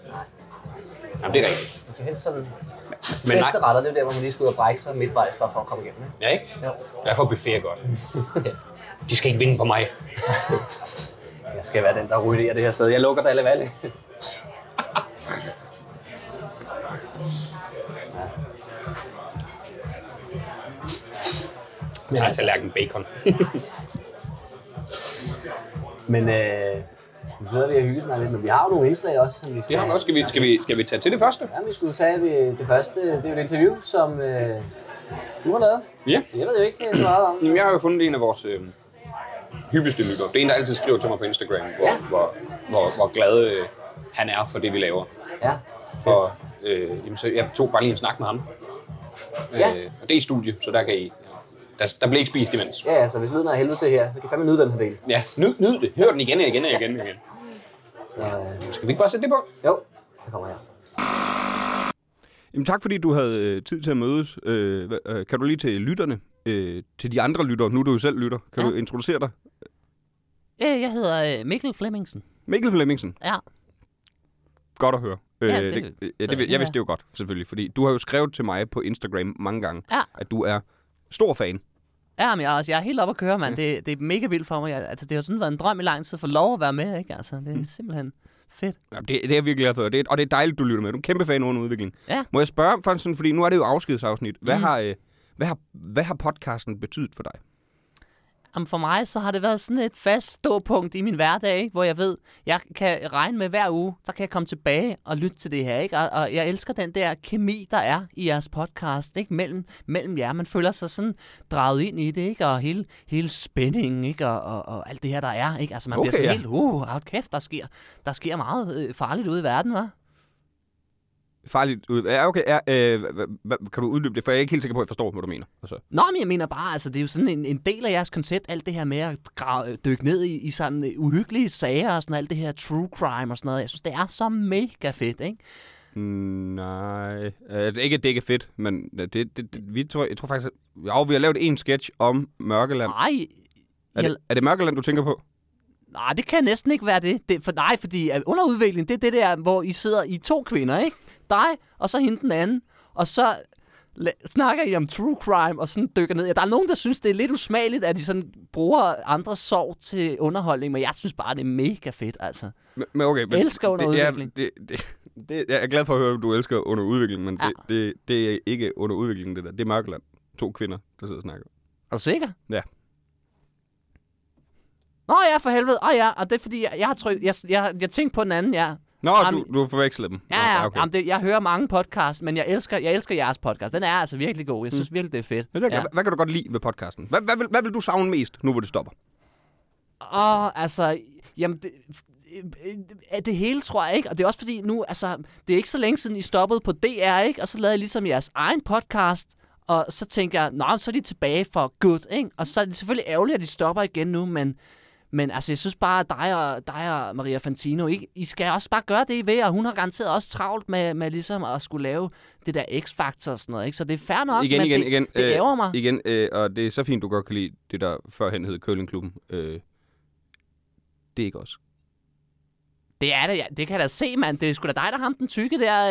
Jamen, det er rigtigt. Man skal helst sådan... De Men nej. bedste retter, det er der, hvor man lige skal ud og brække sig midtvejs, bare for at komme igennem. Ikke? Ja, ikke? Jo. Derfor er buffet godt. De skal ikke vinde på mig. Jeg skal være den, der ruinerer det her sted. Jeg lukker Dalle Valle. Men, Jeg har altså, tallerken bacon. men øh, nu sidder vi og hygger snart lidt, men vi har jo nogle indslag også, som vi skal... Det har vi også. Skal vi, skal, vi, skal vi tage til det første? Ja, vi skulle tage det, det første. Det er jo et interview, som øh, du har lavet. Ja. Jeg ved jo ikke øh, så meget om. Jamen, jeg har jo fundet en af vores øh, hyppigste lyttere. Det er en, der altid skriver til mig på Instagram, hvor, Ja. hvor, hvor, hvor glad øh, han er for det, vi laver. Ja. Og øh, jamen, så jeg tog bare lige en snak med ham. Ja. Øh, og det er i studie, så der kan I... Der, der blev ikke spist imens. Ja, altså, hvis lyden er af helvede til her, så kan I fandme nyde den her del. Ja, nyd, nyd det. Hør den igen og igen og igen og igen. Så, øh, Skal vi ikke bare sætte det på? jo, der kommer her. Jamen, tak fordi du havde øh, tid til at mødes. Øh, hva- øh, kan du lige til lytterne, øh, til de andre lyttere, nu er du jo selv lytter, kan Ja. du introducere dig? Øh, Jeg hedder øh, Mikkel Flemmingsen. Mikkel Flemmingsen. Ja. Godt at høre. Ja, øh, det- det, øh, ja, ved det, ved- jeg, jeg vidste ja. det jo godt, selvfølgelig, fordi du har jo skrevet til mig på Instagram mange gange, Ja. at du er stor fan. Ja, men jeg, er også, jeg er helt oppe at køre, mand. Det, det er mega vildt for mig. Jeg, altså, det har sådan været en drøm i lang tid at få lov at være med, ikke? Altså, det er simpelthen fedt. Ja, det, det er jeg virkelig glad for, og det, er- og det er dejligt, du lytter med. Du er en kæmpe fan under udviklingen. Ja. Må jeg spørge, for sådan, fordi nu er det jo afskedsafsnit. Hvad, Mm. mm. har, øh, hvad, har, hvad har podcasten betydet for dig? Jamen, for mig så har det været sådan et fast ståpunkt i min hverdag, ikke? hvor jeg ved, jeg kan regne med hver uge, der kan jeg komme tilbage og lytte til det her. Ikke? Og, og jeg elsker den der kemi, der er i jeres podcast ikke? Mellem, mellem jer. Man føler sig sådan draget ind i det, ikke? og hele, hele spændingen ikke? Og, og, og alt det her, der er. Ikke? Altså, man Okay, bliver sådan ja. helt, uh, hold kæft, der sker, der sker meget øh, farligt ude i verden, hva'? Farligt ud. Ja, okay. Ja, øh, hva- hva- hva- kan du uddybe det? For jeg er ikke helt sikker på, at jeg forstår, hvad du mener. Altså. Nå, men jeg mener bare, altså, det er jo sådan en, en del af jeres koncept, alt det her med at grave, øh, dykke ned i, i sådan øh, uhyggelige sager og sådan alt det her true crime og sådan noget. Jeg synes, det er så mega fedt, ikke? Mm, Nej. Øh, det er ikke, at det ikke er fedt, men det, det, det, vi tror, jeg tror faktisk... At, jo, vi har lavet en sketch om Mørkeland. Nej, Er det, er det Mørkeland, du tænker på? nej, det kan næsten ikke være det. det for, nej, fordi øh, underudvikling, det er det der, hvor I sidder i to kvinder, ikke? Dig, og så hende den anden, og så la- snakker I om true crime og sådan dykker ned. Ja, der er nogen, der synes, det er lidt usmageligt, at I sådan bruger andres sorg til underholdning, men jeg synes bare, det er mega fedt, altså. Men- Men okay, men Elsker under det, ja, udvikling. Det, det, det, jeg er glad for at høre, at du elsker under udvikling, men ja. Ja. det, det, det er ikke under udvikling, det der. Det er Mørkeland. To kvinder, der sidder og snakker. Er du sikker? Ja. Nå ja, for helvede. Åh ja, og det er fordi, jeg, jeg har tryk, jeg, jeg, jeg tænkte på den anden, ja. Nå, Jamen- du, du har forvekslet dem. Ja, Nå, ja, okay. okay. jamen, det, jeg hører mange podcasts, men jeg elsker, jeg elsker jeres podcast. Den er altså virkelig god. Jeg synes Mm. virkelig, det er fedt. Det er ja. hvad, hvad kan du godt lide ved podcasten? Hvad, hvad, vil, hvad vil du savne mest, nu hvor det stopper? Åh, altså, jamen, det, øh, det hele tror jeg ikke, og det er også fordi nu, altså, det er ikke så længe siden I stoppede på DR, ikke? Og så lavede I ligesom jeres egen podcast, og så tænker jeg, nå, så er de tilbage for good, ikke? Og så er det selvfølgelig ærgerligt, at de stopper igen nu, men, men altså, jeg synes bare, at dig og, dig og Maria Fantino, I, I skal også bare gøre det, I ved, og hun har garanteret også travlt med, med ligesom at skulle lave det der X-Factor og sådan noget, ikke? Så det er fair nok, igen, men igen, det, igen. det øh, ærger mig. Igen, øh, og det er så fint, du godt kan lide det, der førhen hed Curlingklubben. Øh, det er ikke os. Det er det, ja. det kan jeg da se, mand. Det er sgu da dig, der ham den tykke der.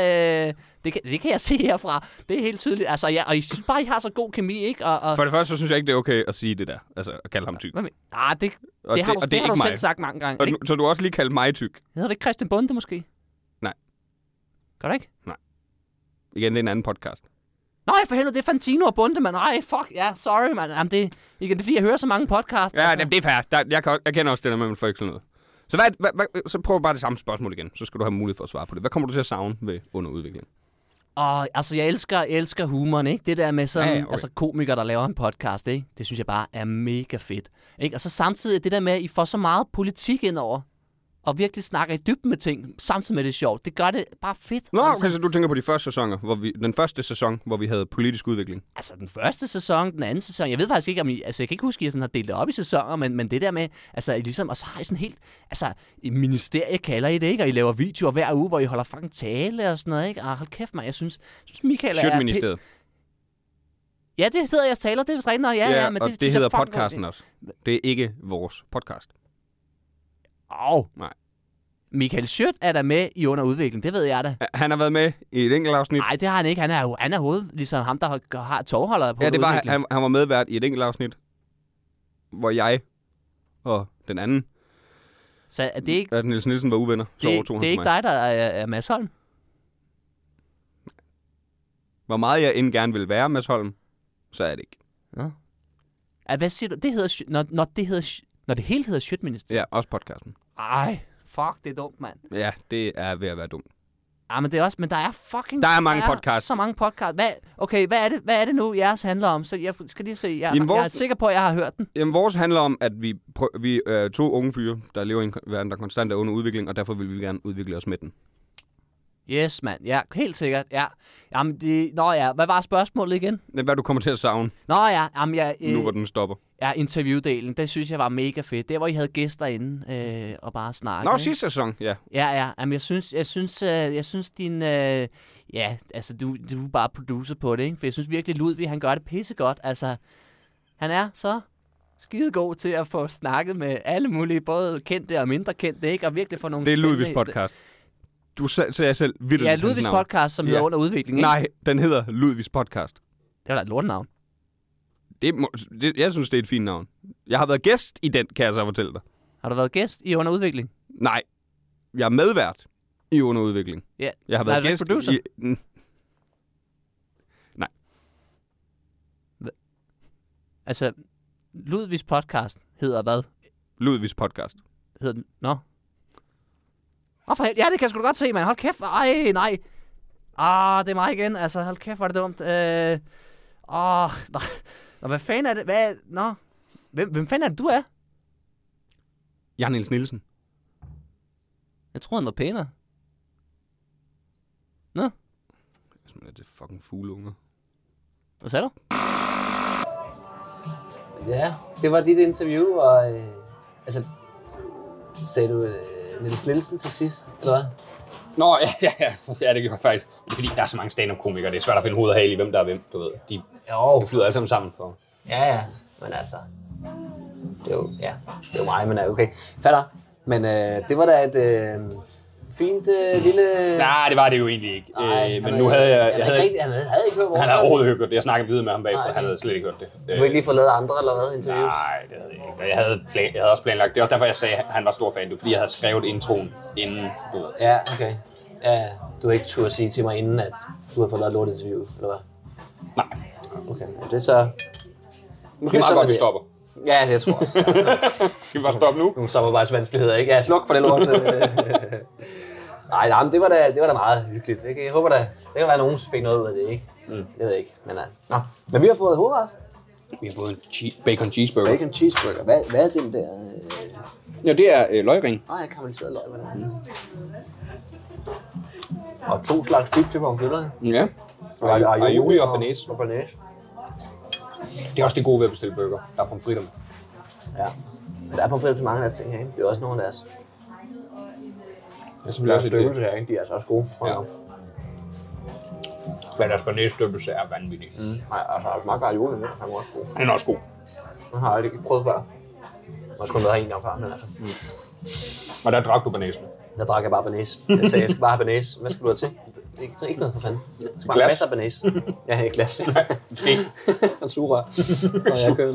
Øh, det, kan, det kan jeg se herfra. Det er helt tydeligt. Altså, ja, og I synes bare, I har så god kemi, ikke? Og, og, For det første, så synes jeg ikke, det er okay at sige det der. Altså, at kalde ham tyk. Hvad men, ah, det, Og det, har, du, og det, det er har ikke du mig. selv sagt mange gange. Og ikke? nu, så du også lige kaldt mig tyk. Hedder det ikke Christian Bunde, måske? Nej. Gør det ikke? Igen, det er en anden podcast. Nej, for helvede, det er Fantino og Bunde, mand. Nej, fuck, ja, sorry, mand. Jamen, det, igen, det er fordi, jeg hører så mange podcasts. Ja, altså. det er fair. Der, jeg, kan, også- jeg kender også det der med, at man får ikke sådan noget. Så, hvad, hvad, hvad, så prøv bare det samme spørgsmål igen. Så skal du have mulighed for at svare på det. Hvad kommer du til at savne ved underudvikling? Og altså, jeg elsker, jeg elsker humoren, ikke? Det der med sådan, Ja, ja, ja, ja, okay. altså komikere, der laver en podcast, ikke? Det synes jeg bare er mega fedt, ikke? Og så samtidig det der med, at I får så meget politik ind over, og virkelig snakker i dybden med ting, samtidig med at det er sjovt. Det gør det bare fedt. Nå, altså, okay, så du tænker på de første sæsoner, hvor vi, den første sæson, hvor vi havde politisk udvikling. altså, den første sæson, den anden sæson, jeg ved faktisk ikke, om I, altså, jeg kan ikke huske, at I sådan har delt det op i sæsoner, men, men det der med, altså, I ligesom, og så har I sådan helt, altså, i ministerie kalder I det, ikke? Og I laver videoer hver uge, hvor I holder fucking tale og sådan noget, ikke? Og hold kæft mig, jeg synes, synes Michael er... Sjøtministeriet. Ja, det hedder jeg taler, det er vist rigtigt nok. Ja, ja, ja, men og det, det, det hedder podcasten også. Det er ikke vores podcast. Åh. Oh. Nej. Michael Schødt er der med i Under Udvikling, det ved jeg da. Han har været med i et enkelt afsnit. Nej, det har han ikke. Han er jo han er hoved, ligesom ham, der har, har tovholdere på ja, det var, Udvikling. han, han var medvært i et enkelt afsnit, hvor jeg og den anden, Så er det ikke, at Niels Nielsen var uvenner, så det, overtog det er han ikke for mig. dig, der er, er Mads Holm? Hvor meget jeg end gerne vil være, Mads Holm, så er det ikke. Ah, hvad siger du? Det hedder, sh- når, når, det hedder, sh- når det hele hedder shitminister. Ja, også podcasten. Ej, fuck, det er dumt, mand. Ja, det er ved at være dumt. Ah, men det er også, men der er fucking... Der er mange podcasts. Så mange podcasts. Hvad, okay, hvad er, det, hvad er det nu, jeres handler om? Så jeg skal lige se. Jeg, Jamen, Jamen, vores- jeg er sikker på, at jeg har hørt den. Jamen, vores handler om, at vi, prø- vi er to unge fyre, der lever i en kon- verden, der konstant er under udvikling, og derfor vil vi gerne udvikle os med den. Yes, mand. Ja, helt sikkert. Ja. Jamen, det, nå ja, hvad var spørgsmålet igen? Men Hvad du kommer til at savne, Nå ja, jamen, jeg, nu hvor den stopper. ja, interviewdelen, det synes jeg var mega fedt. Det, hvor I havde gæster inde øh, og bare snakkede. Nå, ikke? sidste sæson, ja. Ja, ja. Jamen, jeg synes, jeg synes, øh, jeg synes din... Øh, ja, altså, du, du er bare producer på det, ikke? For jeg synes virkelig, Ludvig, han gør det pissegodt. Altså, han er så skide god til at få snakket med alle mulige, både kendte og mindre kendte, ikke? Og virkelig få nogle... Det er Ludvigs spændende- podcast. Du sa- sagde jeg selv vildt Ja, Ludvigs podcast, som Ja. hedder Under Udvikling, ikke? Nej, den hedder Ludvigs podcast. Det var da et lortenavn. Det, må, det, jeg synes, det er et fint navn. Jeg har været gæst i den, kan jeg så fortælle dig. Har du været gæst i Under Udvikling? Nej, jeg er medvært i underudvikling. Ja. Jeg har Nej, været er du ikke gæst producer? i... Mm. Altså, Ludvigs podcast hedder hvad? Ludvigs podcast. Hedder den? Nå. Nå, for hel... Ja, det kan jeg sgu da godt se, mand. Hold kæft. Ej, nej. Ah, det er mig igen. Altså, hold kæft, hvor er det dumt. Øh... Åh, nej. Nå, hvad fanden er det? Hvad? Nå. Hvem, hvem fanden er det, du er? Jeg er Niels Nielsen. Jeg tror han var pænere. Sådan er det fucking fugleunger. Hvad sagde du? Ja, det var dit interview, og øh, altså, sagde du øh, Niels Nielsen til sidst, eller hvad? Nå, ja, ja, ja, ja, det gjorde jeg faktisk. Det er fordi, der er så mange stand-up-komikere, det er svært at finde hovedet af hale i, hvem der er hvem, du ved. De, Jo, de flyder alle sammen sammen for. ja, ja, men altså, det er jo, ja, det er jo mig, men øh, okay, fatter. Men øh, det var da et øh, fint øh, lille... Nej, det var det jo egentlig ikke. Ej, øh, han men var- nu havde jeg... han jeg havde, havde, ikke, han havde, havde ikke hørt vores han havde overhovedet ikke hørt det. Jeg snakkede videre med ham bagefter, Nej. han havde slet ikke hørt det. Øh, Du har ikke lige fået lavet andre eller hvad interviews? Nej, det havde jeg ikke. Og Jeg havde, plan, jeg havde også planlagt. Det er også derfor, jeg sagde, at han var stor fan. Det var fordi, jeg havde skrevet introen inden. Du ved. Ja, okay. Ja, ja. du har ikke turde sige til mig inden, at du har fået lavet et lort interview, eller hvad? Nej, Okay, ja, det er så... måske Men meget så var godt, vi det- stopper. Ja, det tror jeg også. Ja. Skal vi bare stoppe nu? Nogle samarbejdsvanskeligheder, ikke? Ja, sluk for det lort. Nej, nej, men det var da, det var da meget hyggeligt. Ikke? Jeg håber da, det kan være, at nogen fik noget ud af det, ikke? Mm. Det ved jeg ikke, men nej. Nå, men vi har fået hovedret. Vi har fået en che- bacon cheeseburger. Bacon cheeseburger. Hvad, hvad er den der? øh, Ja, det er øh, løgring. Nej, jeg karamelliseret løg med den. Mm. Og to slags dyb til pomfritterne. Ja. Og aioli og banæs. Og banæs. Det er også det gode ved at bestille burger. Der er pomfritter med. Ja. Men der er pomfritter til mange af deres ting her, ikke? Det er også nogle af deres Det er selvfølgelig også et det. her, ikke? De er altså også gode. Ja. Men deres banæsdøbelse er vanvittig. Mm. Nej, altså, der smager af julen, han er også god. Den er også god. Den har jeg ikke prøvet før. Jeg har kun været her en gang før, men altså. Og der drak du banæsen. Der drak jeg bare banæs. Jeg sagde, jeg skal bare have banæs. Hvad skal du have til? Ikke, ikke noget for fanden. Jeg skal bare Glas. have masser af banæs. Ja, et glas. Måske. Og sugerør. Og jeg køl.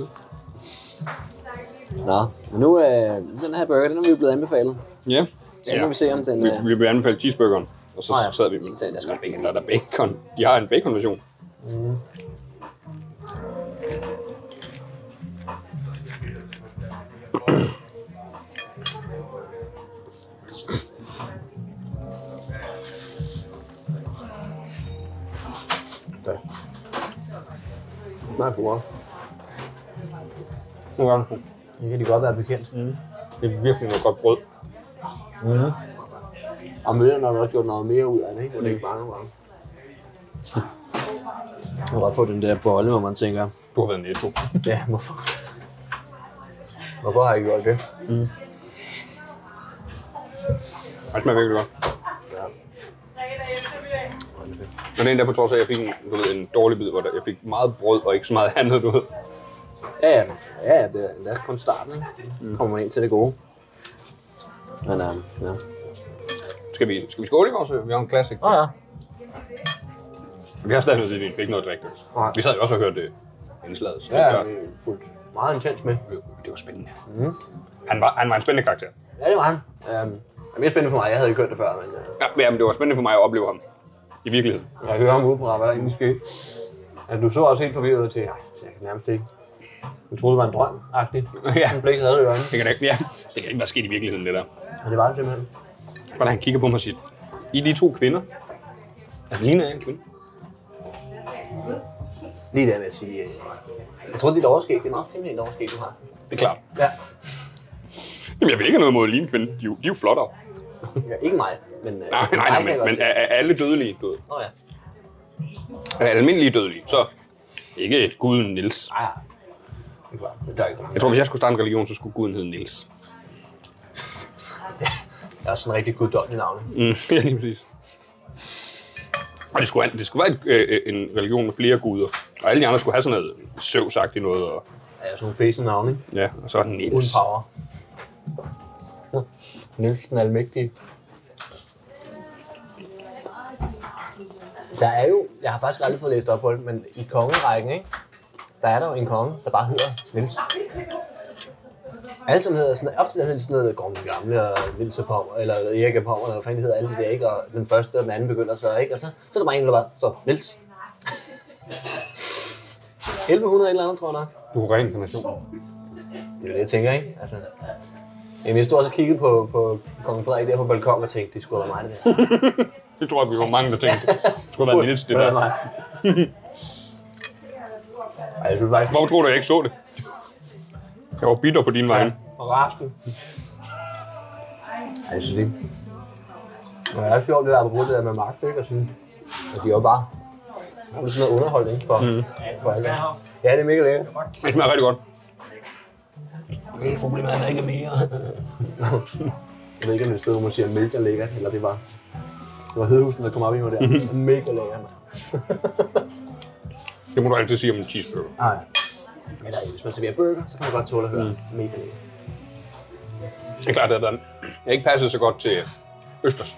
Nå, men nu er øh, den her burger, den er vi jo blevet anbefalet. Ja. Så må vi se, om den... Vi, Øh, vi blev anbefalet cheeseburgeren. Og så Nå ja. sad vi med, Så sagde jeg, der skal også bacon. der er der bacon. De har en bacon-version. smager sgu godt. Nu er den god. Det kan de godt være bekendt. Mm. Det er virkelig noget godt brød. Og møllerne har også gjort noget mere ud af det, ikke? Hvor det ikke bare nogle gange. Man kan godt få den der bolle, hvor man tænker, Du har været netto. ja, hvorfor? Hvorfor har jeg gjort det? Det smager virkelig godt. Men den der på trods af, at jeg fik en, du ved, en dårlig bid, hvor der, jeg fik meget brød og ikke så meget andet, du ved. Ja, ja, ja, ja, det, det er kun starten, ikke? Mm. Kommer man ind til det gode. Men øhm, ja. Skal vi, skal vi skåle i vores? Vi har en classic. Åh ja. Vi har stadig noget hvidvin, det er ikke noget drik. altså. Nej. Vi sad jo også og hørte øh, indslaget. Så Ja, det, vi er fuldt meget intens med. var, det var spændende. Mm. Han, var, han var en spændende karakter. Ja, det var han. Øhm, det er mere spændende for mig, jeg havde ikke hørt det før, men øh, Ja, men jamen, det var spændende for mig at opleve ham. i virkeligheden. Jeg hører ham ude på rammer, der egentlig skete. At du så også helt forvirret ud til, nej, jeg kan nærmest ikke. Du troede, det var en drøm, agtig. Ja. Sådan blikket havde du i øjnene. Det kan da ikke, ja, det kan ikke være sket i virkeligheden, det der. Og det var det simpelthen. Hvordan han kigger på mig og siger, I er de to kvinder. Altså, ligner jeg en kvinde? Lige der vil jeg sige, øh, jeg tror, dit overskæg, det er meget feminint overskæg, du har. Det er klart. Ja. Jamen, jeg vil ikke have noget mod at ligne en kvinde. De, er jo- de er jo flottere. ja ikke mig, men... øh, Nej, dig nej, nej, kan men, jeg godt men se. er, er alle dødelige døde? Nå ja. Er almindelige dødelige, så ikke guden Nils. Nej, ja. Det er klart. Det er ikke Jeg tror, hvis jeg skulle starte en religion, så skulle guden hedde Nils. Det er også sådan en rigtig guddommelig navn. Mm, ja, lige præcis. Og det skulle, det skulle være et, øh, en religion med flere guder. Og alle de andre skulle have sådan noget søvsagtigt noget. Og, Ja, sådan nogle fæsen navn, ikke? ja, og så er den Nils. Uden power. Niels den almægtige. Der er jo, jeg har faktisk aldrig fået læst op på det, men i kongerækken, ikke? der er der jo en konge, der bare hedder Niels. Alle som hedder sådan, op til der hedder de sådan noget Gorm den Gamle og Vilse Pommer, eller Erik af Pommer, eller hvad fanden de hedder, alle de der, ikke? Og den første og den anden begynder så, ikke? Og så, så er der bare en, der bare, så Niels. 1100 et eller andet, tror jeg nok. Du er reinkarnation. Det er jo det, jeg tænker, ikke? Altså, jamen, jeg stod også og kiggede på, på kongen Frederik der på balkonen og tænkte, det skulle have været mig, det der. Det tror jeg, vi var mange, der tænkte. Det skulle have været Nils, det der. mig. Ej, jeg synes faktisk, Hvorfor tror du, jeg ikke så det? Jeg var bitter på din vej. Ja, og rasket. Ej, jeg synes ikke. Men det er også sjovt, det der apropos det der med magt, ikke? Og sådan, at de er jo bare... Der er sådan noget underholdning for, mm. for alle. Ja, det er mega lækkert. Det smager rigtig godt. Jeg ved ikke, om det er et sted, hvor man siger, at mælk er lækkert, eller det var... Det var Hedhusen, der kom op i mig der. Mega lækkert, mand. Det må du altid sige om en cheeseburger. Nej. Men der, hvis man serverer burger, så kan man godt tåle at høre mm. mega lækkert. Det er klart, det havde været... Jeg har ikke passet så godt til Østers.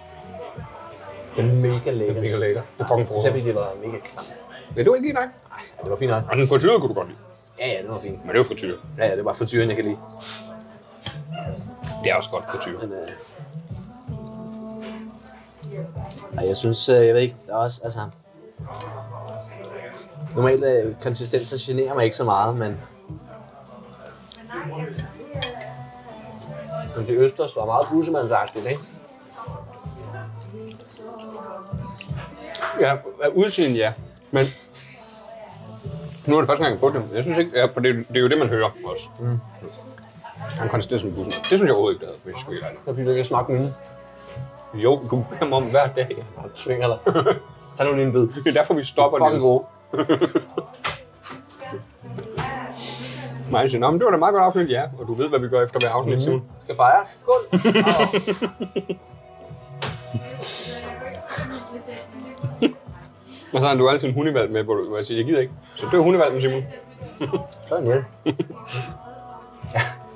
Det er mega lækkert. Mega lækker. Det er fucking Især frugt. fordi det var mega klamt. Ja, det var ikke lige dig. Ja, det var fint nok. Og den frityre kunne du godt lide. Ja, ja, det var fint. Men det er jo frityre. Ja, ja, det var frityren, jeg kan lide. Det er også godt frityre. Men, øh... Ej, jeg synes, øh, jeg ved ikke, der er også, altså... Normalt øh, konsistenser generer mig ikke så meget, men... Men det østers var meget bussemandsagtigt, ikke? Ja, af udseende ja. Men nu er det første gang, jeg har prøvet det. Jeg synes ikke, ja, for det, det, er jo det, man hører også. Mm. Han konstaterer som bussen. Det synes jeg overhovedet ikke, det havde, hvis jeg skulle helt ærligt. Jeg fik ikke smagt mine. Jo, du beder ham om hver dag. Jeg svinger dig. Tag nu lige en bid. Det er derfor, vi stopper Fucking god. Nej, siger, "Nå, men det var da meget godt afsnit, ja. Og du ved, hvad vi gør efter hver afsnit, mm. Simon. Skal fejre. Skål. Og så har du altid en hundevalg med, hvor, du, hvor jeg siger, jeg gider ikke. Så det var hundevalg, Simon. Sådan, ja.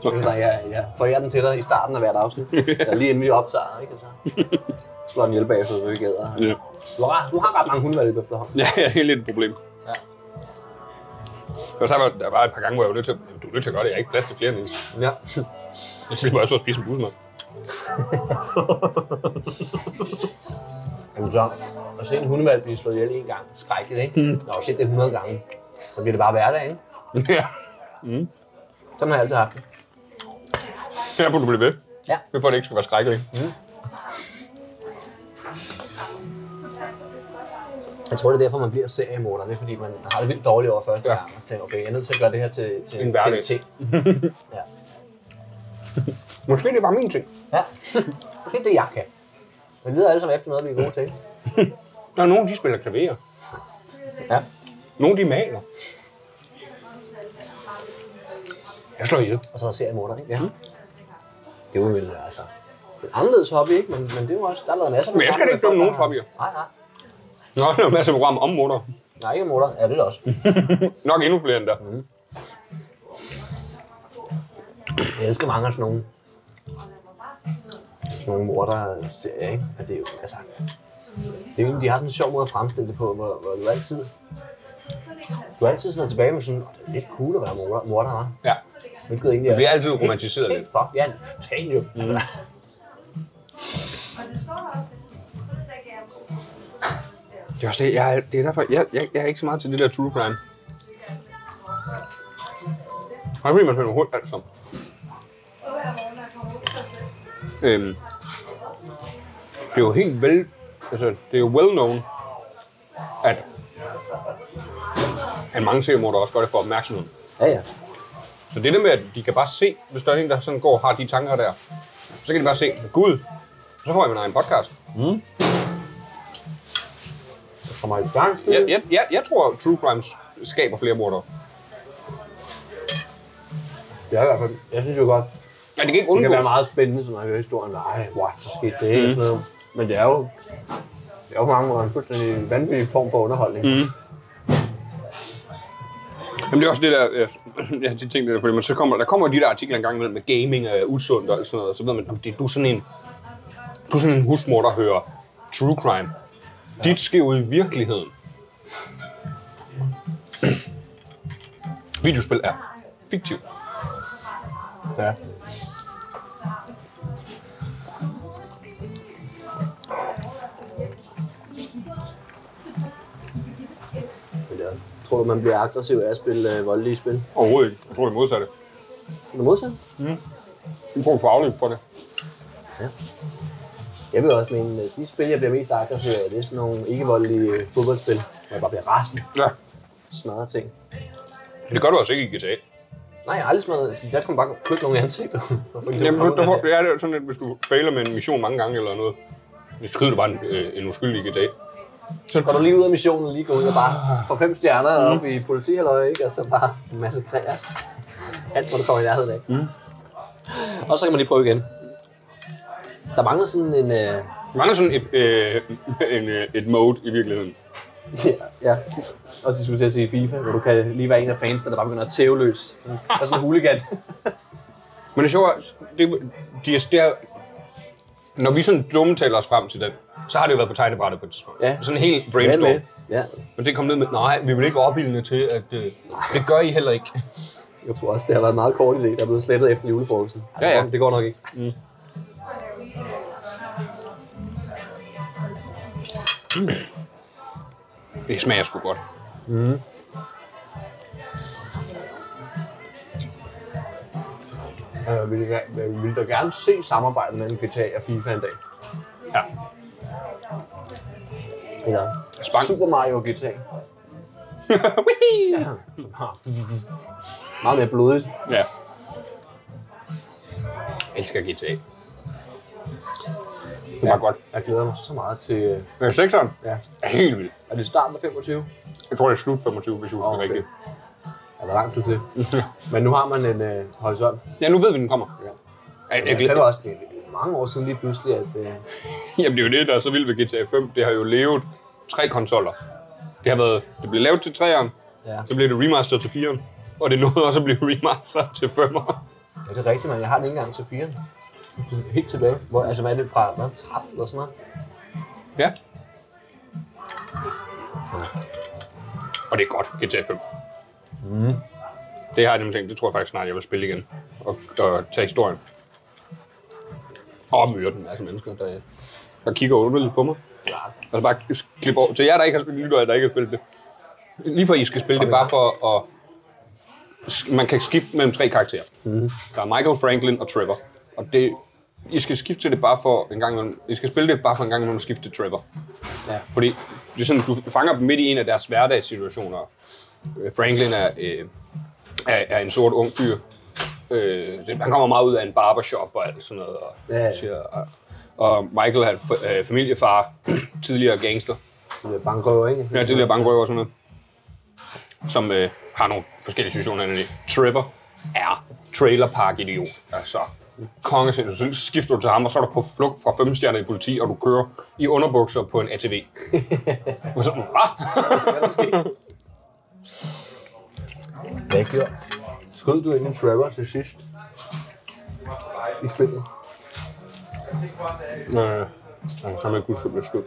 ja, jeg, jeg forærer den til dig i starten af hvert afsnit. Ja, lige inden vi optager, ikke? Og Så slår den ihjel bagefter, så vi gæder. Ja. Du har, du har ret mange hundvalg efterhånden. Ja, ja, det er lidt et problem. Ja. Og så var der var et par gange, hvor jeg var nødt til, at- Jamen, du er nødt til at gøre det. Jeg har ikke plads til flere, Niels. Ja. Jeg slipper også at spise en busmad. Jamen så, at se en hundevalg blive slået ihjel en gang. Skrækkeligt, ikke? Mm. Hmm. Når du har set det 100 gange, så bliver det bare hverdag, ikke? ja. Sådan har jeg altid haft det. Det er derfor, du bliver ved. Ja. Det er for, at det ikke skal være skrækkeligt. Jeg tror, det er derfor, man bliver seriemorder. Det er, fordi man har det vildt dårligt over første Ja. gang. Og så tænker, okay, jeg er nødt til at gøre det her til, til En til hverdag. en ting. ja. Måske det var min ting. ja. Måske det, er jeg kan. Men vi leder alle sammen efter noget, vi er gode til. Der er nogen, de spiller klaver. Ja. Nogen, de maler. Jeg slår i det. Og så er der seriemorder, ikke? Ja. Det er jo vel, altså, en anderledes hobby, ikke? Men, men det er jo også, der er lavet masser af Men jeg skal da ikke dømme programmer nogens med folk, hobbyer. der- Nej, nej. Nå, der er en masse program om morder. Nej, ikke morder. Ja, det er det også. Nok endnu flere end der. Jeg elsker mange af sådan nogle, sådan nogle morder-serier, ikke? Og det er jo, altså, det er jo, de har sådan en sjov måde at fremstille det på, hvor, hvor du altid, du altid sidder tilbage med sådan, "Åh, det er lidt cool at være morder, morder hva'?" Ja. Hvilket egentlig Det er, bliver altid romantiseret hey, lidt. fuck, ja, totalt jo. Mm. Det er også det, jeg, det er derfor, jeg, jeg, jeg er ikke så meget til det der true crime. Og fordi man hører hurtigt alt sammen. Øhm, det er jo helt vel... Altså, det er jo well known, at, at mange seriemordere også gør det for opmærksomhed. Ja, ja. Så det der med, at de kan bare se, hvis der er en, der sådan går og har de tanker der, så kan de bare se, gud, så får jeg min egen podcast. Så kommer i gang. Jeg, jeg, jeg, jeg tror, at true crime skaber flere mordere. Det er i hvert fald, jeg synes jo godt, Ja, det kan ikke det kan undgås. være meget spændende, sådan at høre historien. Nej, what, så skete det, mm. og sådan noget. Men det er jo, det er jo på mange måder en fuldstændig vanvittig form for underholdning. Mhm. Mm. Jamen, det er også det der, jeg, jeg har tit tænkt det der, fordi man så kommer, der kommer de der artikler engang imellem med gaming og usundt og alt sådan noget, og så ved man, at du er sådan en, du er sådan en husmor, der hører true crime. Ja. Dit sker ud i virkeligheden. Videospil er fiktivt. Ja. Men ja. Tror du, man bliver aggressiv af at spille øh, voldelige spil? Overhovedet ikke. Jeg tror, det er modsatte. Er du modsat? Jeg tror, du får afløb for det. Ja. Jeg vil også mene, at de spil, jeg bliver mest aggressiv af, det er sådan nogle ikke-voldelige øh, fodboldspil, hvor jeg bare bliver rasende Ja. smadrer ting. Det gør du altså ikke i GTA. Nej, jeg har aldrig smadret, fordi der kunne man bare plukke nogle i ansigtet. For eksempel Jamen, du, komme der, med- får- ja, det er sådan, at hvis du fejler med en mission mange gange eller noget, så skyder du bare en, øh, en uskyldig i GTA. Går du lige ud af missionen, lige går ud og Ah. bare får fem stjerner mm. op i politihalløj, ikke? Og så bare massakrerer alt, hvad der kommer i nærheden af. Mm. Og så kan man lige prøve igen. Der mangler sådan en... Øh, Man mangler sådan et, øh, en, øh, et mode i virkeligheden. ja, ja. Også jeg skulle til at sige FIFA, hvor du kan lige være en af fansene, der bare begynder at tæve løs. Og sådan en huligan. Men det sjove er, det, de er, det er, når vi sådan dumme taler os frem til den, så har det jo været på tegnebrættet på et tidspunkt. Ja. Sådan en helt brainstorm. Ja, ja, Men det kom ned med, nej, vi vil ikke opildne til, at øh, det gør I heller ikke. jeg tror også, det har været en meget kort idé, der er blevet slettet efter julefrokosten. Ja, ja. Det går nok ikke. Det smager sgu godt. Jeg vil, jeg vil da gerne se samarbejdet mellem GTA og FIFA en dag. Ja. Eller Spang. Super Mario og GTA. ja, som har meget mere blodigt. Ja. Jeg elsker GTA. Det var ja. godt. Jeg glæder mig så meget til... øh, Men sekseren Ja. er helt vildt. Er det starten af 25? Jeg tror, det er slut 25, hvis jeg husker Åh, okay. okay. rigtigt. Er der lang tid til? Men nu har man en øh, horisont. Ja, nu ved vi, den kommer. Ja. Jeg, jeg, Jeg jeg, glæder også, det er mange år siden lige pludselig, at øh, Jamen, det er jo det, der er så vildt ved GTA 5. Det har jo levet tre konsoller. Det har været, det blev lavet til 3'eren, ja. så blev det remasteret til 4'eren, og det nåede også at blive remasteret til 5'eren. ja, det er rigtigt, men jeg har den ikke engang til 4. Helt tilbage. Hvor, altså, hvad er det fra? Hvad? 13 eller sådan noget? Ja. Og det er godt, GTA 5. Mm. Det har jeg nemlig tænkt, det tror jeg faktisk snart, jeg vil spille igen. Og, og tage historien. Og myrde den masse mennesker, der, der kigger underligt på mig. Ja. Og så bare klippe over. Til jer, der ikke har spillet, lytter, jer, der ikke har spillet det. Lige for I skal spille det, bare for at... Man kan skifte mellem tre karakterer. Mhm. Mm. Der er Michael, Franklin og Trevor. Og det, I skal skifte til det bare for en gang imellem. I skal spille det bare for en gang imellem at skifte til Trevor. Ja. Fordi det er sådan, du fanger dem midt i en af deres hverdagssituationer. Øh, Franklin er, øh, er, er en sort ung fyr. Øh, det- han kommer meget ud af en barbershop og alt sådan noget. Og, Ja, ja. siger, og, og Michael er en fa- øh, familiefar, tidligere gangster. Så det er bankrøver, ikke? Ja, tidligere bankrøver og sådan noget. Som øh, har nogle forskellige situationer inde i. Trevor er trailerpark-idiot. Altså, kongesindssygt. Så skifter du til ham, og så er du på flugt fra femstjerner i politi, og du kører i underbukser på en ATV. og så, ah! Hvad gjorde? Skød du inden Trevor til sidst? I spillet? Øh, så kan man ikke huske, at det blev skudt.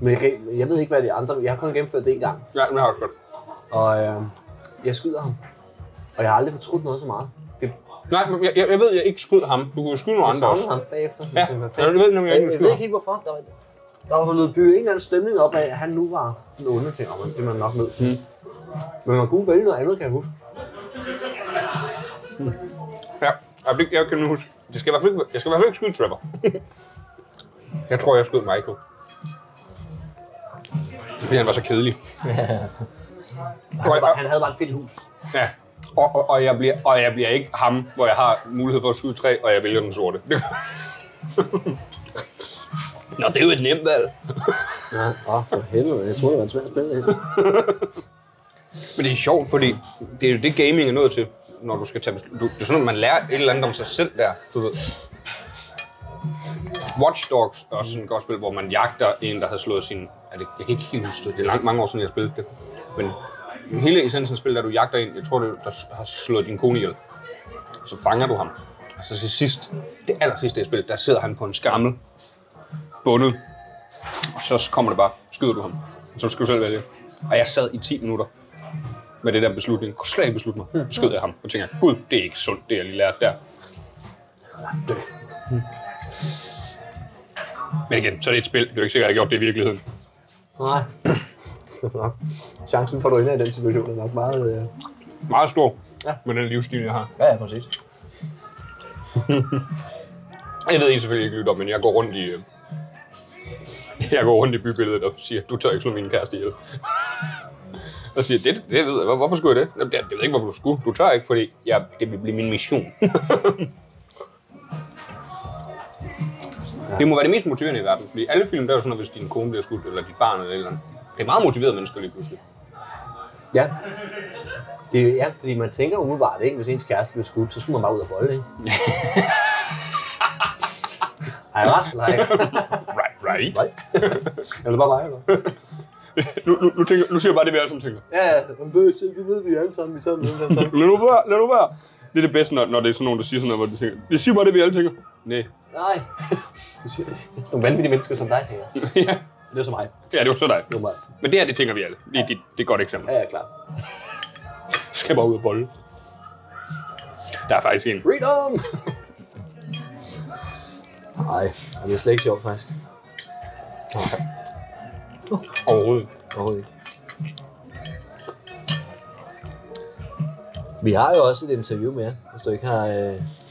Men jeg, kan- jeg ved ikke, hvad de andre... Jeg har kun gennemført det en gang. Ja, men jeg har også godt. Og øh, jeg skyder ham. Og jeg har aldrig fortrudt noget så meget. Det Nej, men jeg, jeg, jeg ved, jeg ikke skød ham. Du kunne jo skyde nogle jeg andre savnede også. ham bagefter. Ja, tænkte, hvad jeg fanden? ved nemlig ikke, om jeg jeg, jeg ved skyder ikke helt hvorfor. Der var, Der var blevet bygget en eller anden stemning op af, at han nu var den onde ting, og det er man nok nødt til. Mm. Men man kunne vælge noget andet, kan jeg huske. Ja, jeg, jeg kan nu huske. Det skal i hvert fald ikke, jeg skal i hvert fald ikke skyde Trevor. jeg tror, jeg skød Michael. Fordi han var så kedelig. Han havde, bare, han havde bare et fedt hus. Ja. Og, og, og, jeg bliver, og jeg bliver ikke ham, hvor jeg har mulighed for at skyde tre, og jeg vælger den sorte. Nå, det er jo et nemt valg. Ja, åh, for helvede. Jeg troede, det var en svær spil. det her. Men det er sjovt, fordi det er jo det, gaming er nødt til, når du skal tage beslut. Du, det er sådan, at man lærer et eller andet om sig selv der, du ved. Watch Dogs er også sådan et godt spil, hvor man jagter en, der havde slået sin... Er det, jeg kan ikke helt huske det. Det er langt mange år siden, jeg spillede det. Men hele essensen af spillet er, at du jagter en, jeg tror, det, er, der s- har slået din kone ihjel. Så fanger du ham. Og så til sidst, det aller sidste i spillet, der sidder han på en skammel, bundet. Og så kommer det bare, skyder du ham. Så skal du selv vælge. Og jeg sad i 10 minutter med det der beslutning. Jeg kunne slet ikke beslutte mig. Så skød jeg ham og tænker, gud, det er ikke sundt, det jeg lige lærte der. Men igen, så er det et spil. Det er jo ikke sikkert, at jeg har gjort det i virkeligheden. Nej. Nå. Chancen for, at du ender i den situation, er nok meget... Øh... Meget stor Ja. med den livsstil, jeg har. Ja, ja, præcis. Jeg ved I selvfølgelig ikke, lytter, men jeg går rundt i... øh, Jeg går rundt i bybilledet og siger, du tør ikke slå min kæreste ihjel. og siger, det, det ved jeg. Hvorfor skulle jeg det? Jamen, det, det ved jeg ikke, hvorfor du skulle. Du tør ikke, fordi jeg, det vil blive min mission. det må være det mest motiverende i verden, fordi alle film, der er jo sådan, at hvis din kone bliver skudt, eller dit barn, eller et eller andet. Det er meget motiverede mennesker lige pludselig. Ja. Det, er- ja, fordi man tænker umiddelbart, ikke? hvis ens kæreste blev skudt, så skulle man bare ud og bolde, ikke? Har jeg ret? Nej. Right, right. Nej. Eller bare mig, eller? Nu, nu, nu, tænker, nu siger jeg bare det, vi alle sammen tænker. Ja, ja, det ved, det ved vi alle sammen, vi sad med den sammen. Lad nu være, lad nu være. Det er det bedste, når, når det er sådan nogen, der siger sådan noget, hvor de tænker, vi siger bare det, vi alle tænker. Nej. Nej. Du siger det. Sådan nogle vanvittige mennesker som dig, tænker jeg. ja. Det er så mig, ja, det var så dig. nummer. Men det her, det tænker vi alle. Det, det, det er et godt eksempel. Ja, ja, klar. Skal bare ud og bolle. Der er faktisk en. Freedom! Nej, det er slet ikke sjovt, faktisk. Overhovedet. Overhovedet ikke. Vi har jo også et interview med jer, hvis du ikke har... Øh...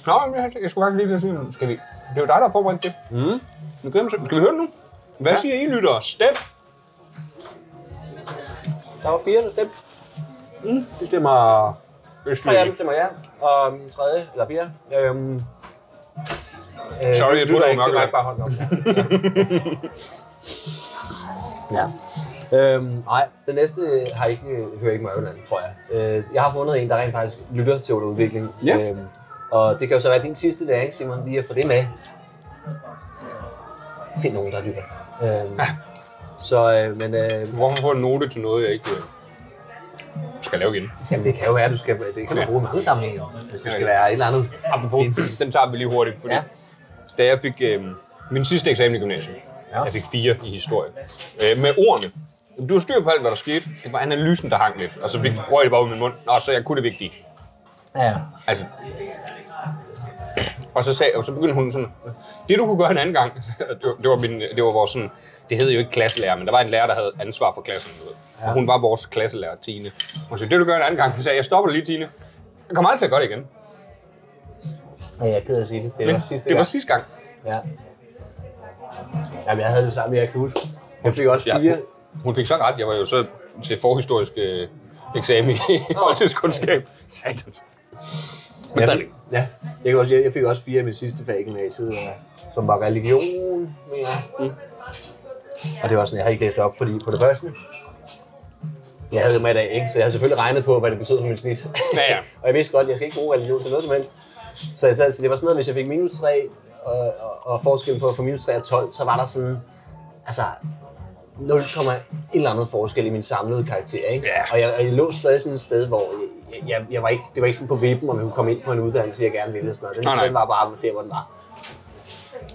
Nå, men jeg, jeg skulle faktisk lige til at sige, noget. skal vi? Det er jo dig, der har forberedt det. Mm. Nu glemmer jeg- Skal vi høre det nu? Hvad ja. siger I lyttere? Stem! Der var fire, der stemte. Mm. De stemmer... Hvis du Tre af dem ikke. stemmer ja, og um, tredje, eller fire. Øhm, øh, Sorry, jeg troede, det lytter var ikke, mørkelag. var ikke bare hånden op. ja. ja. Øhm, nej, den næste har ikke, hører ikke Mørkeland, tror jeg. Øh, jeg har fundet en, der rent faktisk lytter til udvikling. Ja. Øhm, og det kan jo så være din sidste dag, ikke, Simon, lige at få det med. Find nogen, der lytter. Øhm, ja. Så, øh, men øh, Hvorfor får jeg en note til noget, jeg ikke øh, skal lave igen? Jamen, det kan jo være, at du skal, det kan man Ja. bruge i mange sammenhænge, jo. hvis du Ja, skal ja. være et eller andet. Apropos, den tager vi lige hurtigt, fordi ja. Ja. da jeg fik øh, min sidste eksamen i gymnasiet, ja. Ja. jeg fik fire i historie, øh, med ordene. Du har styr på alt, hvad der skete. Det var analysen, der hang lidt, og så fik røg det bare ud af min mund. Nå, så jeg kunne det vigtige. Ja. Altså. Og så, sagde, og så begyndte hun sådan, det du kunne gøre en anden gang, det var, det var, min, det var vores sådan, det hed jo ikke klasselærer, men der var en lærer, der havde ansvar for klassen. Du ved. Ja. Og hun var vores klasselærer, Tine. Hun sagde, det du gør en anden gang, så sagde jeg, jeg stopper lige, Tine. Jeg kommer aldrig til at gøre det igen. ja, jeg er ked af at sige det. Det var Men sidste det var gang. sidste gang. Ja. Jamen, jeg havde det samme, jeg kan huske. Jeg fik også Ja, fire. hun, hun fik så ret. Jeg var jo så til forhistorisk øh, eksamen i oldtidskundskab. Satans. Men jeg, stadigvæk. fik, ja. Jeg, kan også, jeg, jeg fik også fire i mit sidste fag i gymnasiet, øh, som var religion. Mere. Mm. Og det var sådan, jeg havde ikke læst op, fordi på det første, jeg havde jo med i dag, ikke? så jeg havde selvfølgelig regnet på, hvad det betød for mit snit. Ja, ja. Og jeg vidste godt, at jeg skal ikke bruge religion til noget som helst. Så jeg sad, så det var sådan noget, hvis jeg fik minus 3, og, og, og forskellen på at få minus 3 og 12, så var der sådan, altså, 0, et eller andet forskel i min samlede karakter, ikke? Ja. Og, jeg, og jeg lå stadig sådan et sted, hvor jeg, jeg, jeg var ikke, det var ikke sådan på vippen, om jeg kunne komme ind på en uddannelse, jeg gerne ville. og Sådan noget. Den, Nej, nej. den var bare der, hvor den var.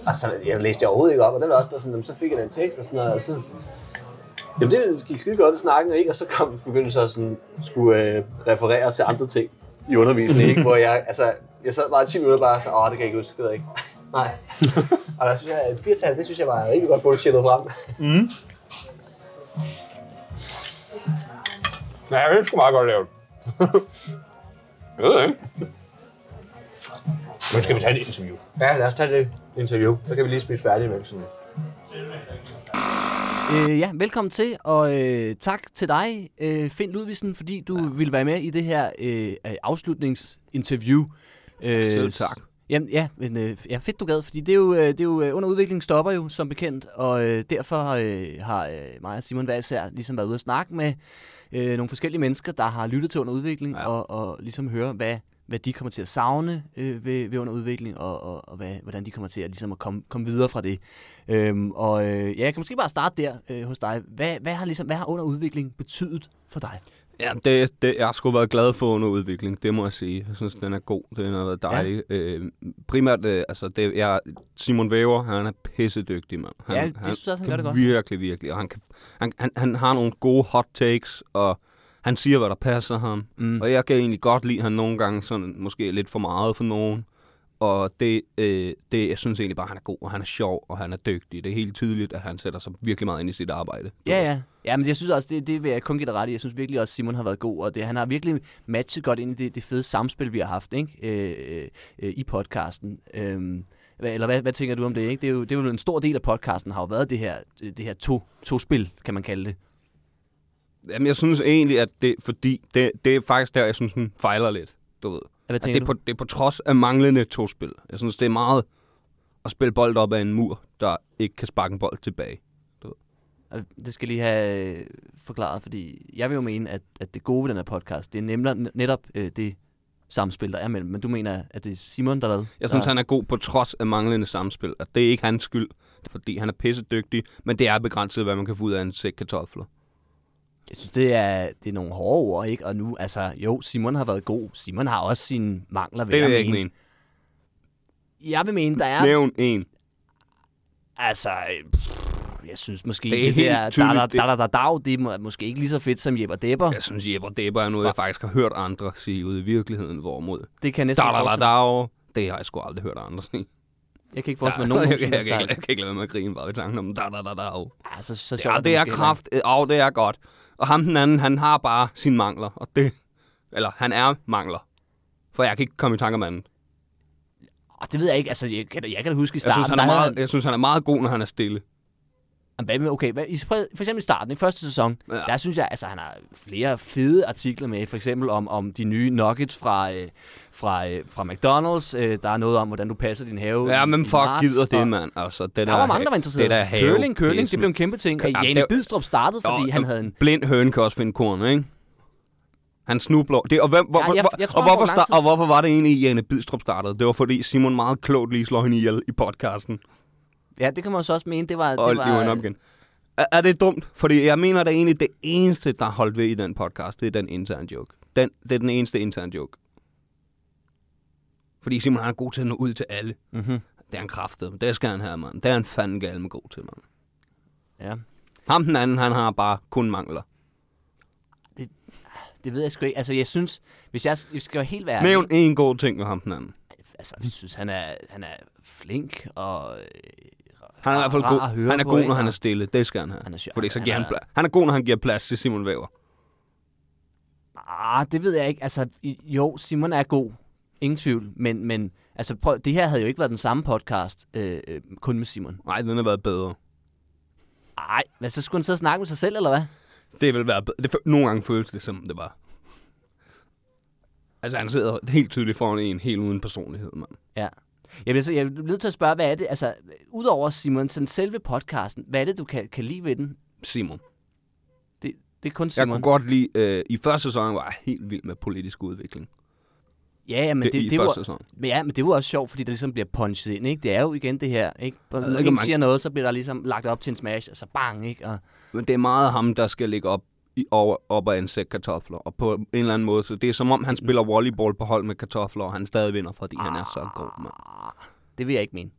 Og så jeg læste jeg overhovedet ikke op, og den var også bare sådan, "Jamen, så fik jeg den tekst og sådan noget, og så Jamen, det gik skide godt i snakken, ikke? Og så kom, begyndte jeg så sådan, skulle øh, referere til andre ting i undervisningen, ikke? Hvor jeg, altså, jeg sad bare 10 minutter bare og så, åh, det kan jeg ikke huske, det ved jeg ikke. Nej. Og der synes jeg, at firtal, det synes jeg var rigtig godt bullshittet frem. Ja, jeg er sgu meget godt lavet. jeg ved det ikke. Men skal vi tage et interview? Ja, lad os tage det interview. Så kan vi lige spise færdig med sådan. Øh, ja, velkommen til, og øh, tak til dig, øh, Finn Ludvigsen, fordi du ja. ville være med i det her øh, afslutningsinterview. Øh, Selv tak. Jamen, ja, men, øh, ja, fedt du gad, fordi det er jo, øh, det er jo øh, under udvikling stopper jo, som bekendt, og øh, derfor øh, har øh, mig og Simon hver især ligesom været ude at snakke med øh, nogle forskellige mennesker, der har lyttet til under udvikling, ja. og, og ligesom høre, hvad, hvad de kommer til at savne øh, ved, ved under udvikling, og, og, og hvad, hvordan de kommer til at, ligesom at komme, komme videre fra det. Øhm, og øh, ja, jeg kan måske bare starte der øh, hos dig. Hvad, hvad, har ligesom, hvad har under udvikling betydet for dig? Ja, det, det, jeg har sgu været glad for under udvikling, det må jeg sige. Jeg synes, den er god, den har været dejlig. Ja. Øh, primært, øh, altså, det, jeg, Simon Væver, han er pissedygtig, mand. Han, Ja, det synes jeg også, han gør det godt. Virkelig, virkelig. Og han, kan, han, han, han har nogle gode hot takes, og han siger, hvad der passer ham. Mm. Og jeg kan egentlig godt lide han nogle gange, sådan, måske lidt for meget for nogen. Og det, øh, det, jeg synes egentlig bare, han er god, og han er sjov, og han er dygtig. Det er helt tydeligt, at han sætter sig virkelig meget ind i sit arbejde. Ja, ja. Ja, men jeg synes også, det, det vil jeg kun give dig ret i. Jeg synes virkelig også, Simon har været god, og det, han har virkelig matchet godt ind i det, det fede samspil, vi har haft ikke? Øh, øh, øh, i podcasten. Øhm, hvad- eller hvad, hvad tænker du om det? Ikke? Det, er jo, det er jo en stor del af podcasten, har jo været det her, øh, det her to, to spil, kan man kalde det. Jamen, jeg synes egentlig, at det, fordi det, det er faktisk der, jeg synes, den fejler lidt, du ved. Hvad At tænker det, er du? på, det er på trods af manglende tospil. Jeg synes, det er meget at spille bold op af en mur, der ikke kan sparke en bold tilbage. Og Det skal jeg lige have øh, forklaret, fordi jeg vil jo mene, at, at det gode ved den her podcast, det er nemlig n- netop øh, det samspil, der er mellem. Men du mener, at det er Simon, der lavede? Jeg synes, der... han er god på trods af manglende samspil, og det er ikke hans skyld, fordi han er pissedygtig, men det er begrænset, hvad man kan få ud af en sæk kartofler. Jeg synes, det er, det er nogle hårde ord, ikke? Og nu, altså, jo, Simon har været god. Simon har også sine mangler, vil Det jeg, vil jeg ikke mene. mene. Jeg vil mene, der er... Nævn en. Altså, øh, pff, jeg synes måske, Det er det, det helt der tydeligt, da, da, det- da, da, da, da, det er må- måske ikke lige så fedt som Jeppe og Depper. Jeg synes, Jeppe og Depper er noget, jeg faktisk har hørt andre sige ude i virkeligheden, hvorimod. Det kan jeg Da, næsten ikke da, da, forestille da, det har jeg sgu aldrig hørt andre sige. mig. Jeg kan ikke forestille mig, at nogen jeg, jeg, nogensinde har jeg, jeg, sagt. jeg, kan ikke lade være med at grine bare ved tanken om da da da da. au. Ja, så, så sjovt, Ja, at det er måske heller kraft. Åh, oh, det er godt. Og ham den anden, han har bare sine mangler, og det... Eller, han er mangler. For jeg kan ikke komme i tanke om anden. ikke- Ah, Det ved jeg ikke. Altså, jeg, kan, da- jeg kan da huske i Jeg starten. synes, han er der havde meget, jeg synes, han er meget god, når han er stille. Jamen, Hvad med, okay, hvad, i, spre- for eksempel i starten, i første sæson, ja. Ja. der synes jeg, altså han har flere fede artikler med, for eksempel om, om de nye nuggets fra, øh, fra, øh, fra McDonald's, øh, der er noget om, hvordan du passer din have. Ja, i- men i fuck marts, gider og det, mand. Altså, det Der var mange, der var interesseret. Det der have, curling, curling, det, sådan- blev en kæmpe ting, og Ja, Jane det- Bidstrup startede, fordi Nå, han havde en... Blind høne kan også finde korn, ikke? Han snubler. Det, og, hvem, hvor, Ja, jeg- hvor- jeg tror, og, han hvorfor får lang tid. og hvorfor var det egentlig, Jane Bidstrup startede? Det var, fordi Simon meget klogt lige slår hende ihjel i podcasten. Ja, det kan man jo så også mene, det var... og det det var... op igen. Er, er det dumt? Fordi jeg mener, det er egentlig det eneste, der er holdt ved i den podcast, det er den interne joke. Den, det er den eneste interne joke. Fordi Simon han er god til at nå ud til alle. Mm-hmm. Det er han kraftet. Det skal han have, mand. Det er han fanden galt med god til, mand. Ja, Ham den anden, han har bare kun mangler. det ved jeg sgu ikke. Altså, jeg synes, hvis jeg skal skal være helt være... Ja, Nævn én god ting med ham den anden. Altså, jeg synes, han er, han er flink, og... øh, Han er i hvert fald rar god. at høre Han er på, god, ikke? når han er stille. Det skal han have. Han er sjov. Fordi så Han giver han, er- pla- han er god, når han giver plads til Simon Væver. Ah, det ved jeg ikke. Altså, i- jo, Simon er god. Ingen tvivl. Men, men altså, prøv, det her havde jo ikke været den samme podcast, øh, øh, kun med Simon. Nej, den har været bedre. Ej, men så skulle han så snakke med sig selv, eller hvad? Det vil være bedre. Det, fø- nogle gange føles det, som det var. Altså, han sidder helt tydeligt foran en helt uden personlighed, mand. Ja. Jeg bliver, så, jeg bliver nødt til at spørge, hvad er det, altså, udover Simon, sådan selve podcasten, hvad er det, du kan, kan lide ved den? Simon. Det, det er kun Jeg Simon. kunne godt lide... Øh, I første sæson var jeg helt vild med politisk udvikling. ja, ja, men det, det, det, I det, første var, sæson. men ja, men det var også sjovt, fordi der ligesom bliver punchet ind, ikke? Det er jo igen det her, ikke? Hvor ved når ikke, om en man- siger noget, så bliver der ligesom lagt op til en smash, og så bang, ikke? Og, Men det er meget ham, der skal ligge op, i, over, op af en sæk kartofler. Og på en eller anden måde, så det er som om, han Mm. spiller volleyball på hold med kartofler, og han stadig vinder, fordi han er så god, mand. Det vil jeg ikke mene.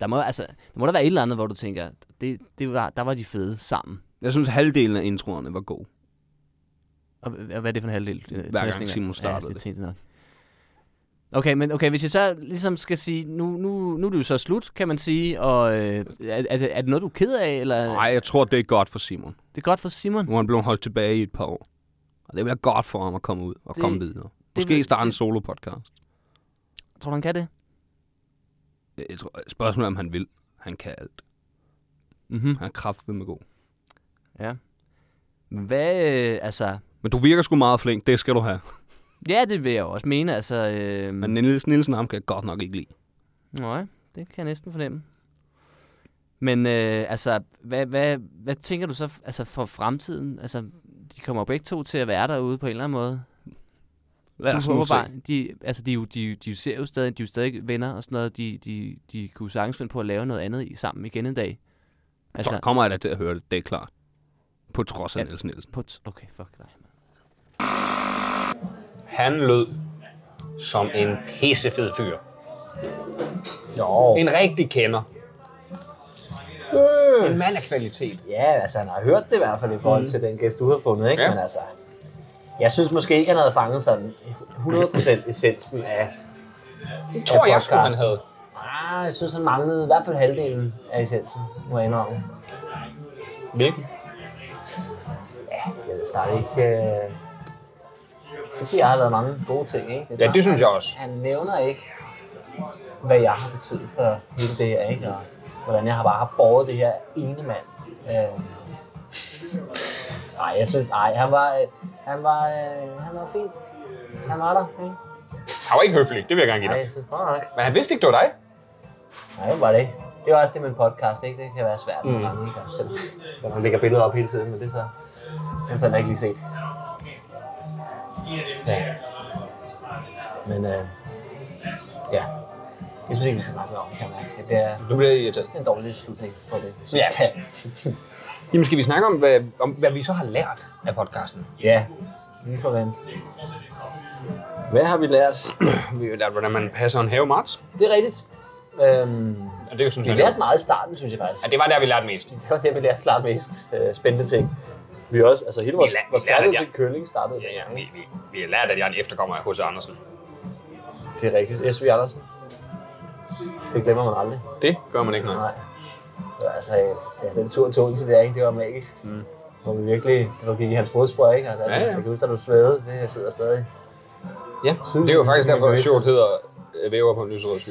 Der må, altså, der må der være et eller andet, hvor du tænker, det, det var, der var de fede sammen. Jeg synes, halvdelen af introerne var god. Og, h- hvad er det for en halvdel? øh, altså, gang tastning af- Simon startede ja, det. det. Tænkte jeg nok. Okay, men okay, hvis jeg så ligesom skal sige, nu, nu, nu er det jo så slut, kan man sige, og øh, er, er, det, er det noget, du er ked af, eller Nej, jeg tror, det er godt for Simon. det er godt for Simon? Nu er han blevet holdt tilbage i et par år. Og det bliver godt for ham at komme ud og Det- det, komme videre. Måske vil- starte en det- solo-podcast. Tror du, han kan det? Jeg tror, spørgsmålet er, om han vil. Han kan alt. Mhm. Han er kraftet med god. Hvad, øh, altså... Men du virker sgu meget flink. Det skal du have. Ja, det vil jeg jo også mene, altså... Øh, Men Niels, Nielsen ham kan jeg godt nok ikke lide. Nej, det kan jeg næsten fornemme. Men øh, altså, hvad, hvad, hvad tænker du så f- altså for fremtiden? Altså, de kommer jo begge to til at være derude på en eller anden måde. Lad du os nu håber se. bare, de, altså, de, er jo- de, er jo- de, ser jo stadig, de er jo stadig venner og sådan noget. De, de, de kunne sagtens finde på at lave noget andet i, sammen igen en dag. Altså, så Altså, kommer jeg da til at høre det, det er klart. På trods af Ja. ja. Niels Nielsen. på t- okay, fuck dig. mand. Han lød som en pissefed fyr. Jo. En rigtig kender. En mand af kvalitet. Ja, altså han har hørt det i hvert fald i forhold mm. til den gæst, du har fundet, ikke? Ja. Ja. Men altså, jeg synes måske ikke, han havde fanget sådan 100% essensen af Det tror Ja, jeg sgu, han podcasten. havde. Ah, jeg synes, han manglede i hvert fald halvdelen af essensen, må jeg indrømme. Hvilken? Jeg ved snart ikke... Øh... Jeg synes, jeg har lavet mange gode ting, ikke? er Ja, snart, det synes jeg også. Han nævner ikke, hvad jeg har betydet for hele det her, ikke? Og hvordan jeg har bare har båret det her ene mand. Øh... Nej, jeg synes... Nej, han var... øh, Han var, øh, han var fint. Han var der, ikke? Han var ikke høflig, det vil jeg gerne give Nej, dig. jeg synes godt nok. Men han vidste ikke, det var dig. Nej, det var det ikke. Det er også det med en podcast, ikke? Det kan være svært mm. nogle gange, ikke? Og Selv, når man lægger billeder op hele tiden, men det er så... Den så har jeg ikke lige set. Ja. Men øh, ja. Jeg synes ikke, vi skal snakke mere om det, kan jeg mærke. Det bliver Du bliver irriteret. det er en dårlig slutning på det. synes Ja. jeg. Jamen, skal vi snakke om hvad, om, hvad vi så har lært af podcasten? ja. Vi får vente. Hvad har vi lært? Vi har jo lært, hvordan man passer en have marts. Det er rigtigt. Øhm, Og det synes vi jeg, lærte meget i starten, synes jeg faktisk. Ja, det var der, vi lærte mest. Det var det, vi lærte klart mest øh, spændende ting. Vi også, altså hele vores, Vi la- vores vi lærte, kærlighed at til køling startede. Ja, ja, vi, vi, vi har lært, at jeg er en efterkommer af H.C. Andersen. Det er rigtigt. S.V. Andersen. Det glemmer man aldrig. Det gør man ikke noget. Nej. Det var Altså, øh, ja, den tur til Odense der, ikke? det var magisk. Mm. Hvor vi virkelig, det var gik i hans fodspor, ikke? Altså, Ja, ja. Jeg kan huske, at du svedede, det sidder stadig. Ja, det er jo faktisk derfor, at short hedder øh, Væver på en lyserød sky.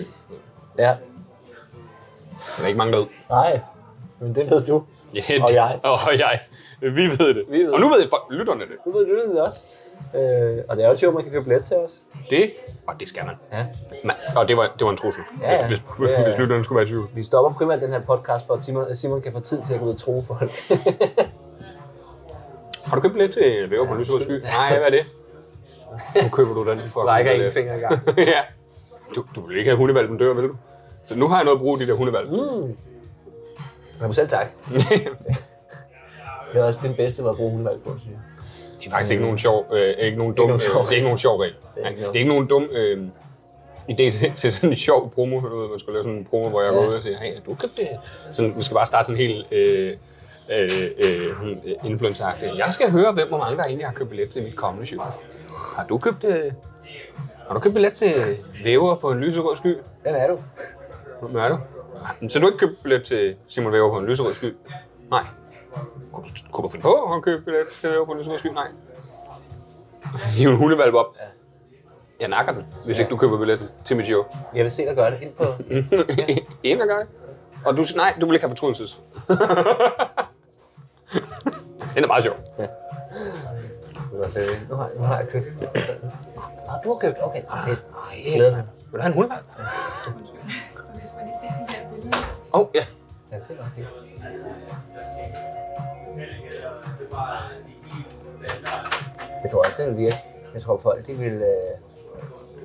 Ja. Der er ikke mange derud. Nej, men det ved du. Yeah. Og jeg. Og jeg. Vi ved det. Vi ved og nu ved folk, lytterne det. Du ved lytterne det også. Øh, og det er jo sjovt, man kan købe billet til os. Det, og det skal man. Ja. Man, og det var, det var en trussel, Ja, ja. hvis, Ja, ja. hvis lytterne skulle være i tvivl. Vi stopper primært den her podcast, for at Simon, Simon kan få tid til at gå ud og tro folk. Har du købt billet til Væver på en lyserød sky? Nej, hvad er det? Nu køber du den. for at Brækker kunne ingen det. finger i gang. ja. Du, du vil ikke have hundevalpen dør, vil du? Så nu har jeg noget at bruge de der hundevalpe. Mm. Jamen selv tak. det er også din bedste måde at bruge hundevalg på, synes jeg. Det er faktisk ikke nogen sjov, øh, ikke nogen dum, øh, nogen sjov. det er ikke nogen sjov regel. er Nej, Det ikke noget. er ikke nogen dum øh, idé til, til sådan en sjov promo, du ved, man skulle lave sådan en promo, hvor jeg går ud og siger, hey, har du købt det her? Sådan, vi skal bare starte sådan helt øh, øh, øh, sådan, øh, influencer -agtigt. Jeg skal høre, hvem og mange, der egentlig har købt billet til mit kommende show. Har du købt, øh, har du købt billet til væver på en lyserød sky? Hvem er du? Hvem er du? "Men Så du har ikke købt billet til Simon Væver på en lyserød sky? Nej. Kunne du, kunne du finde på at købe billet til Væver på en lyserød sky? Nej. Hiv en hundevalp op. Jeg nakker den, hvis ikke du køber billet til mit show. Jeg vil se dig gøre det ind på... Ind og gør det. Og du siger, nej, du vil ikke have fortrydelses. Den er meget sjov. Det var slet ikke. Nu har, nu har jeg købt. Sådan. Ah, du har købt? Okay, ah, fedt. Ej, glæder mig. Vil du have en hundevalp? Hvis man lige ser de her billeder. Åh, oh, ja. Ja, det var fedt. Jeg tror også, det vil virke. Jeg tror, folk de vil, øh,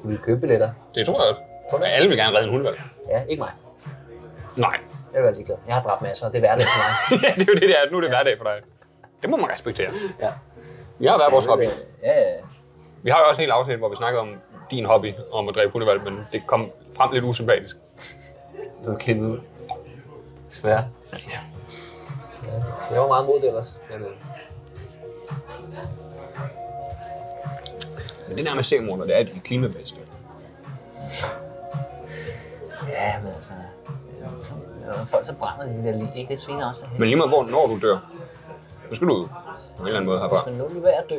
de vil købe billetter. Det tror jeg også. Jeg tror, at alle vil gerne redde en hundevalp. Ja, ikke mig. Nej. Jeg vil være ligeglad. Jeg har dræbt masser, og det er hverdag for mig. det er jo det, det er. Nu er det hverdag for dig. Det må man respektere. Ja. Jeg har været vores hobby. Ja, ja, ja. Vi har jo også en hel afsnit, hvor vi snakkede om din hobby, om at dræbe hundevalg, men det kom frem lidt usympatisk. Den kendte ud. Svær. Ja. Jeg var meget mod det ellers. Men, øh, Men det der med seriemorder, det er de klimabedste. altså, brænder de der lige, ikke? Det svinger også af Men lige meget hvor, når du dør, så skal du ud på en eller anden måde herfra. Hvis man nu lige ved at dø,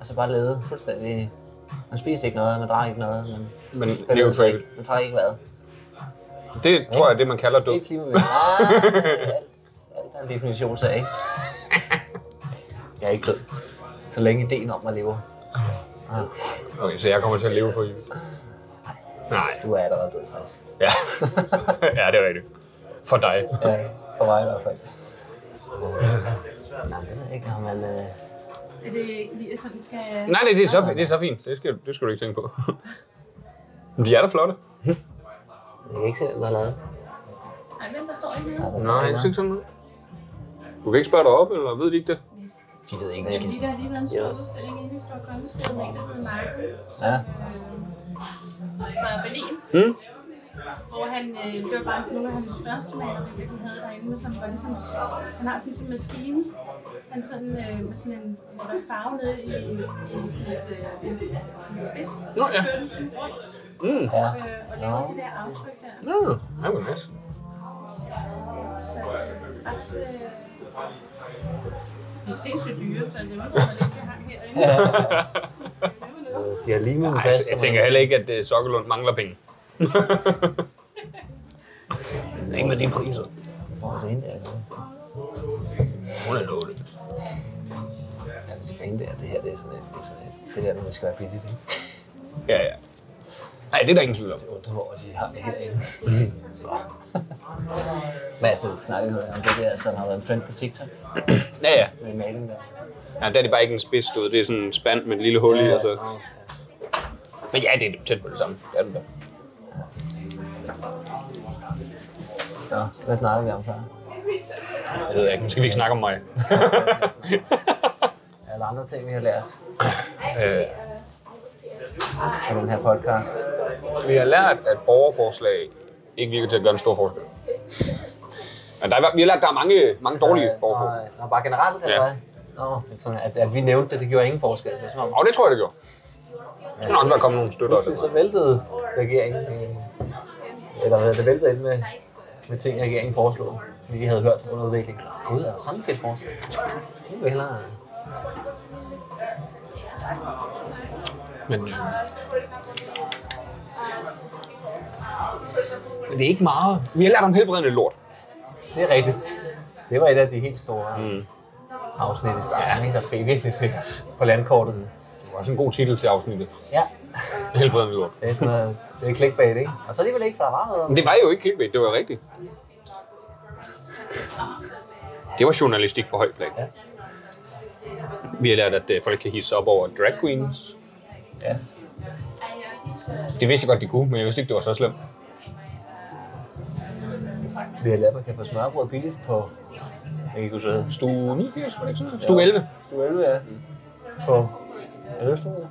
og så bare lede fuldstændig... Man spiste ikke noget, man drak ikke noget, Men man det er jo bevægede sig travel. ikke, man trak ikke vejret. Det tror jeg, er det man kalder Det død. er klimavenligt. Ah, alt, alt er en definition, så ikke. Jeg er ikke død. Så længe ideen om at leve, Ah, Okay, så jeg kommer til at leve for evigt. Nej, du er allerede død faktisk. ja. ja, det er rigtigt. For dig. Ja, for mig i hvert fald. Nej, det ved jeg ikke, om man... Øh, Er det ikke fordi, jeg sådan skal... Nej, nej, det er så, det er så fint. Det skal, det skal du ikke tænke på. Men de er da flotte. jeg kan ikke se, hvad der er lavet. Nej, men der står ikke Ja, noget. der står Nej, ikke jeg noget. synes ikke sådan noget. Du kan ikke spørge dig op, eller ved de ikke det? De ved ikke, hvad Fordi skid. der har lige været en stor udstilling inde i Stor Kongenskade med en, der hedder Marco. Ja. øh, Fra Berlin. Mm. Hvor han, øh, det var bare nogle af hans største malerier, de havde derinde, som var ligesom, han har sådan en maskine, han sådan, øh, med sådan en, hvor der er farve nede i, i sådan et, øh, en spids, Nå, ja. så kører den sådan rundt, Mm. Ja. øh, og laver det der aftryk der. Nå, det var nice. Så øh, ret, øh, de er sindssygt dyre, så det er jo ikke, hvor lidt jeg har herinde. Ja. Hvis de har lige min Ej, fast, jeg, jeg tænker heller ikke, at uh, Sokkelund mangler penge. Ikke med de priser. Forhold til hende der, eller hvad? Hun er låte. Ja, hvis det er hende der, det her, det er sådan et, det er sådan et, det der, når det skal være billigt, ikke? Ja, ja. Nej, det er der ingen tvivl om. Det undrer mig, over, at de har det herinde. Nå. Men altså, snakkede du om det der, som har været en trend på TikTok Ja, ja. med maling der? ja der er det bare ikke en spids, du ved. Det er sådan en spand med et lille hul i, og altså. så... Men ja, det er tæt på det samme. Det er det da. Nå, hvad snakkede vi om før? Det ved jeg ikke. Nu skal vi ikke snakke om mig. Er der andre ting, vi har lært øh, af den her podcast? vi har lært, at borgerforslag ikke virker til at gøre en stor forskel. Men der er, i hvert- vi har lært, at der er mange, mange dårlige Så, borgerforslag. Altså, Nå, nå, bare generelt, eller Ja. hvad? Nå, det er sådan, at, at vi nævnte det, det gjorde ingen forskel. Det er som om, Og det tror jeg, det gjorde. Der skal nok være kommet nogle støtter. pludselig så væltede regeringen, øh, eller hvad det væltede ind med, med ting, regeringen foreslog, fordi vi havde hørt under udvikling. Gud, er der sådan et fedt forslag? Nu vil jeg hellere... Men, øh, men det er ikke meget. Vi har lært om helbredende lort. Det er rigtigt. Det var et af de helt store mm. afsnit i starten, ikke, der fik, virkelig fik os på landkortet. Det var også en god titel til afsnittet. Mm. Ja, Helbredende lort. det er sådan noget, det er clickbait, ikke? Og så alligevel ikke, for der var noget om Men det var jo ikke clickbait, det var rigtigt. Det var journalistik på højt plan. Ja. Vi har lært, at øh, folk kan hisse op over drag queens. Ja. Det vidste jeg godt, de kunne, men jeg vidste ikke, det var så slemt. Vi har lært, at man kan få smørbrød billigt på... Jeg kan ikke huske, hvad det hed. Stue 89, var det ikke sådan noget? Stue 11. Stue 11, ja. På... Er det Østerbro?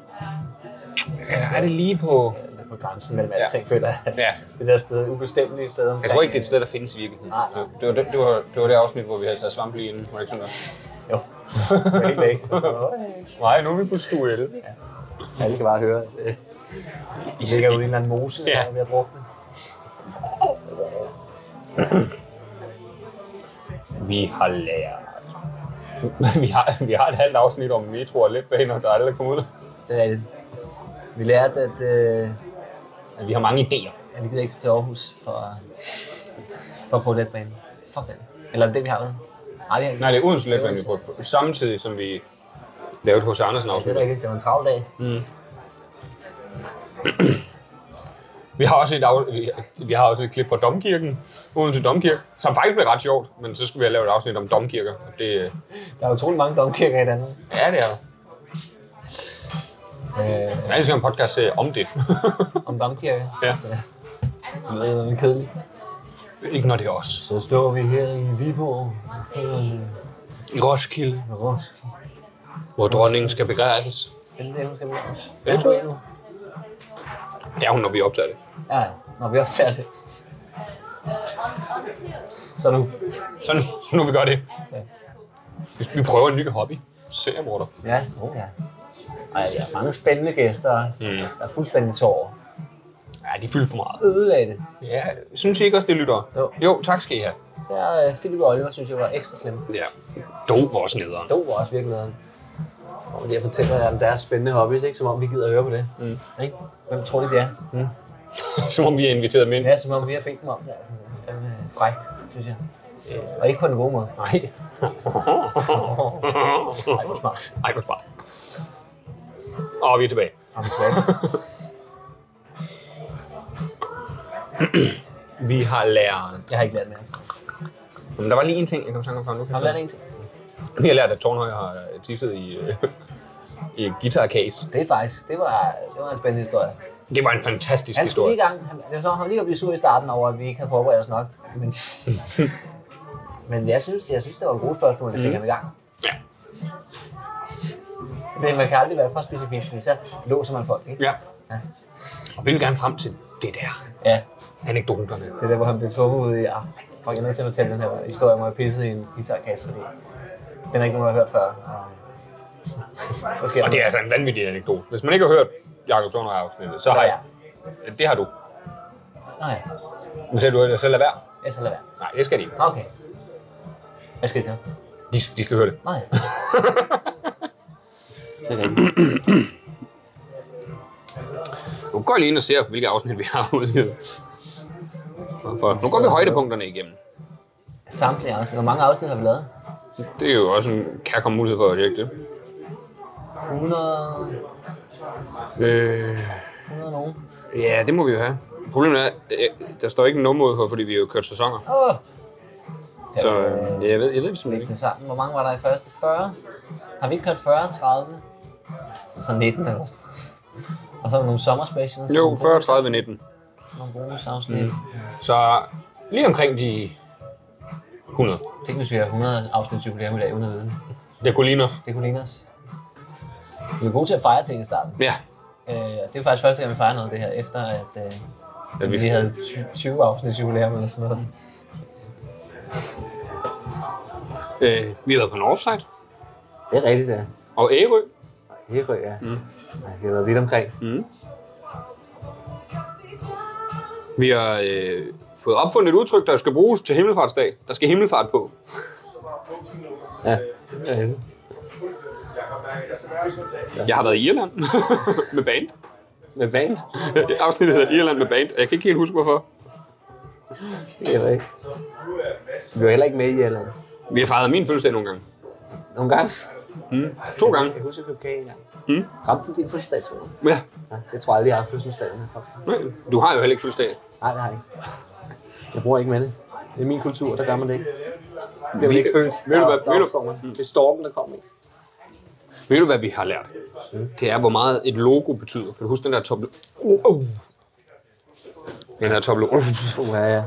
Eller er det lige på... Det er på grænsen mellem alting, føler jeg. Ja. Det der sted, ubestemmelige sted. omkring- Jeg tror ikke, det er et sted, der findes i virkeligheden. Nej, nej. Det var det, det, var, det, var det afsnit, hvor vi havde taget svamp lige inden. Var det ikke sådan noget? Jo. Det var helt væk. Og så, "Øj." Nej, nu er vi på stue 11. Alle kan bare høre, at øh, vi ligger ude i en eller anden mose, Ja. ja. der er ved at drukne. Vi har lært. vi, har, vi har et halvt afsnit om metro og letbaner, der aldrig kommer ud. Det er rigtigt. Vi lærte, at, øh, Vi har mange idéer. at vi gider ikke til Aarhus for, for på letbanen. Fuck den. Eller er det det, vi har med? Nej, vi har ikke. Nej, det er Odense Letbane, vi brugte. Samtidig som vi lavede H.C. Andersen Det afsnit. er rigtigt. Det var en travl dag. Vi har også et, af, vi- vi har også et klip fra Domkirken, Odense Domkirke, som faktisk blev ret sjovt, men så skulle vi have lavet et afsnit om domkirker. Og det, øh, Der er utrolig mange domkirker i Danmark. ja, det er der. Øh, Jeg elsker en podcast øh, om det. om domkirker. Ja. Jeg ved, det er kedeligt. Ikke når det er os. Så står vi her i Viborg. foran I Roskilde, Roskilde. hvor dronningen skal begraves. Er det det, hun skal med os? Ja, det tror jeg. Det er hun, når vi optager det. Ja, ja. når vi optager det. Så nu. Så nu, så nu vi gør det. Hvis vi prøver en ny hobby. Seriemorder. Ja, oh, ja. Ej, der er mange spændende gæster, mm. der er fuldstændig tårer. Ja, de fyldte for meget. Ødelagde det. Ja, synes I ikke også, det lytter? Jo. jo tak skal I have. Så øh, Philip og Oliver synes jeg var ekstra slemme. Ja. Dog vores lederen. Dog var også virkelig noget. Og jeg fortæller jer om deres spændende hobbies, ikke? som om vi gider at høre på det. Mm. Ikke? Hvem tror de, det er? Som om vi er inviteret dem ind. Ja, som om vi har bedt dem om det. Altså, det er fandme frægt, synes jeg. Og ikke på en god måde. Øh. Nej. Ej, hvor smart. Ej, godt bare. Og vi er tilbage. Kom tilbage. Vi har læreren. Jeg har ikke lært mere. Men der var lige en ting, jeg kom i tanke om. før. Nu kan Har jeg du lært en ting? se. Jeg har lært, at Tornhøj har tisset i, øh, i guitar case. Det er faktisk, det var, det var en spændende historie. Det var en fantastisk Han skulle historie. lige i gang. Han, jeg så ham lige at blive sur i starten over, at vi ikke havde forberedt os nok. Men, men jeg, synes, jeg synes, det var et godt spørgsmål, det fik mm. ham i gang. Ja. Men man kan aldrig være for specifik, fordi så låser man folk, ikke? Ja. Ja. Og vi vil gerne frem til det der. Ja. Anekdoterne. Det er der, hvor han blev tvunget ud i, ah, fuck, jeg er nødt til at fortælle den her historie, hvor jeg pissede i en guitarkasse, fordi den er ikke nogen, der har hørt før. Og- Så sker Og det er altså en vanvittig anekdote. Hvis man ikke har hørt Jakob Tornhøj afsnittet, så har jeg. Det har du. Nej, Nu sagde du, at så lad være. jeg skal lade være. Nej, det skal de ikke. Nå, Okay. Hvad skal det til? De, de skal høre det. Nej. Nu går jeg lige ind og ser, hvilke afsnit vi har udgivet. For, nu går vi højdepunkterne igennem. Samtlige afsnit. Hvor mange afsnit har vi lavet? Det er jo også en kærkommen mulighed for at tjekke det. 100... Øh, 100 nogen. ja, det må vi jo have. Problemet er, øh, der står ikke en nummer for, fordi vi har jo kørt sæsoner. Åh! Så øh, jeg ved, jeg ved det simpelthen Læg ikke. det sammen. Hvor mange var der i første? 40? Har vi ikke kørt 40 30? Så 19 eller sådan. Og så er der nogle sommerspecials. Jo, nogle 40, bonus- 30, 19. Nogle bonusafsnit. Mm. Så lige omkring de 100. Tænk, hvis vi har 100 afsnit jubilæum i dag, uden at vide det. Det kunne ligne os. Det kunne ligne os. Vi er gode til at fejre ting i starten. Ja, Øh, og det er faktisk første gang, vi fejrer noget af det her, efter at øh, at vi, vi havde 20 20 afsnit jubilæum eller sådan noget. øh, vi har været på Northside Det er rigtigt, ja. og Ærø. Ærø, ja. Mm. Vi har været vidt omkring. Vi har øh, fået opfundet et udtryk, der skal bruges til himmelfartsdag. Der skal himmelfart på. Ja. Jeg har været i Irland med band. Med band? Afsnittet hedder Irland med band, og jeg kan ikke helt huske hvorfor. Jeg ved ikke. Vi var heller ikke med i Irland. Vi har fejret min fødselsdag nogle gange. Nogle gange. To gange. Jeg husker, at jeg købte kage en gang. Mm. Ramte den din fødselsdag, tror jeg? Ja. Ja, jeg tror aldrig, jeg har haft fødselsdag. den her podcast. Du har jo heller ikke fødselsdag. Nej, det har jeg ikke. Jeg bruger ikke med det. Det er min kultur, der gør man det ikke. Det bliver Vi- man ikke født. ved du hvad- Der- der ved du- Hmm. opstår man. Det er storken, der kommer ind. Ved du, hvad vi har lært? Det er, hvor meget et logo betyder. Kan du huske den der toble? Oh, Uh, uh. Den her toble. Uh. Uh, ja, ja.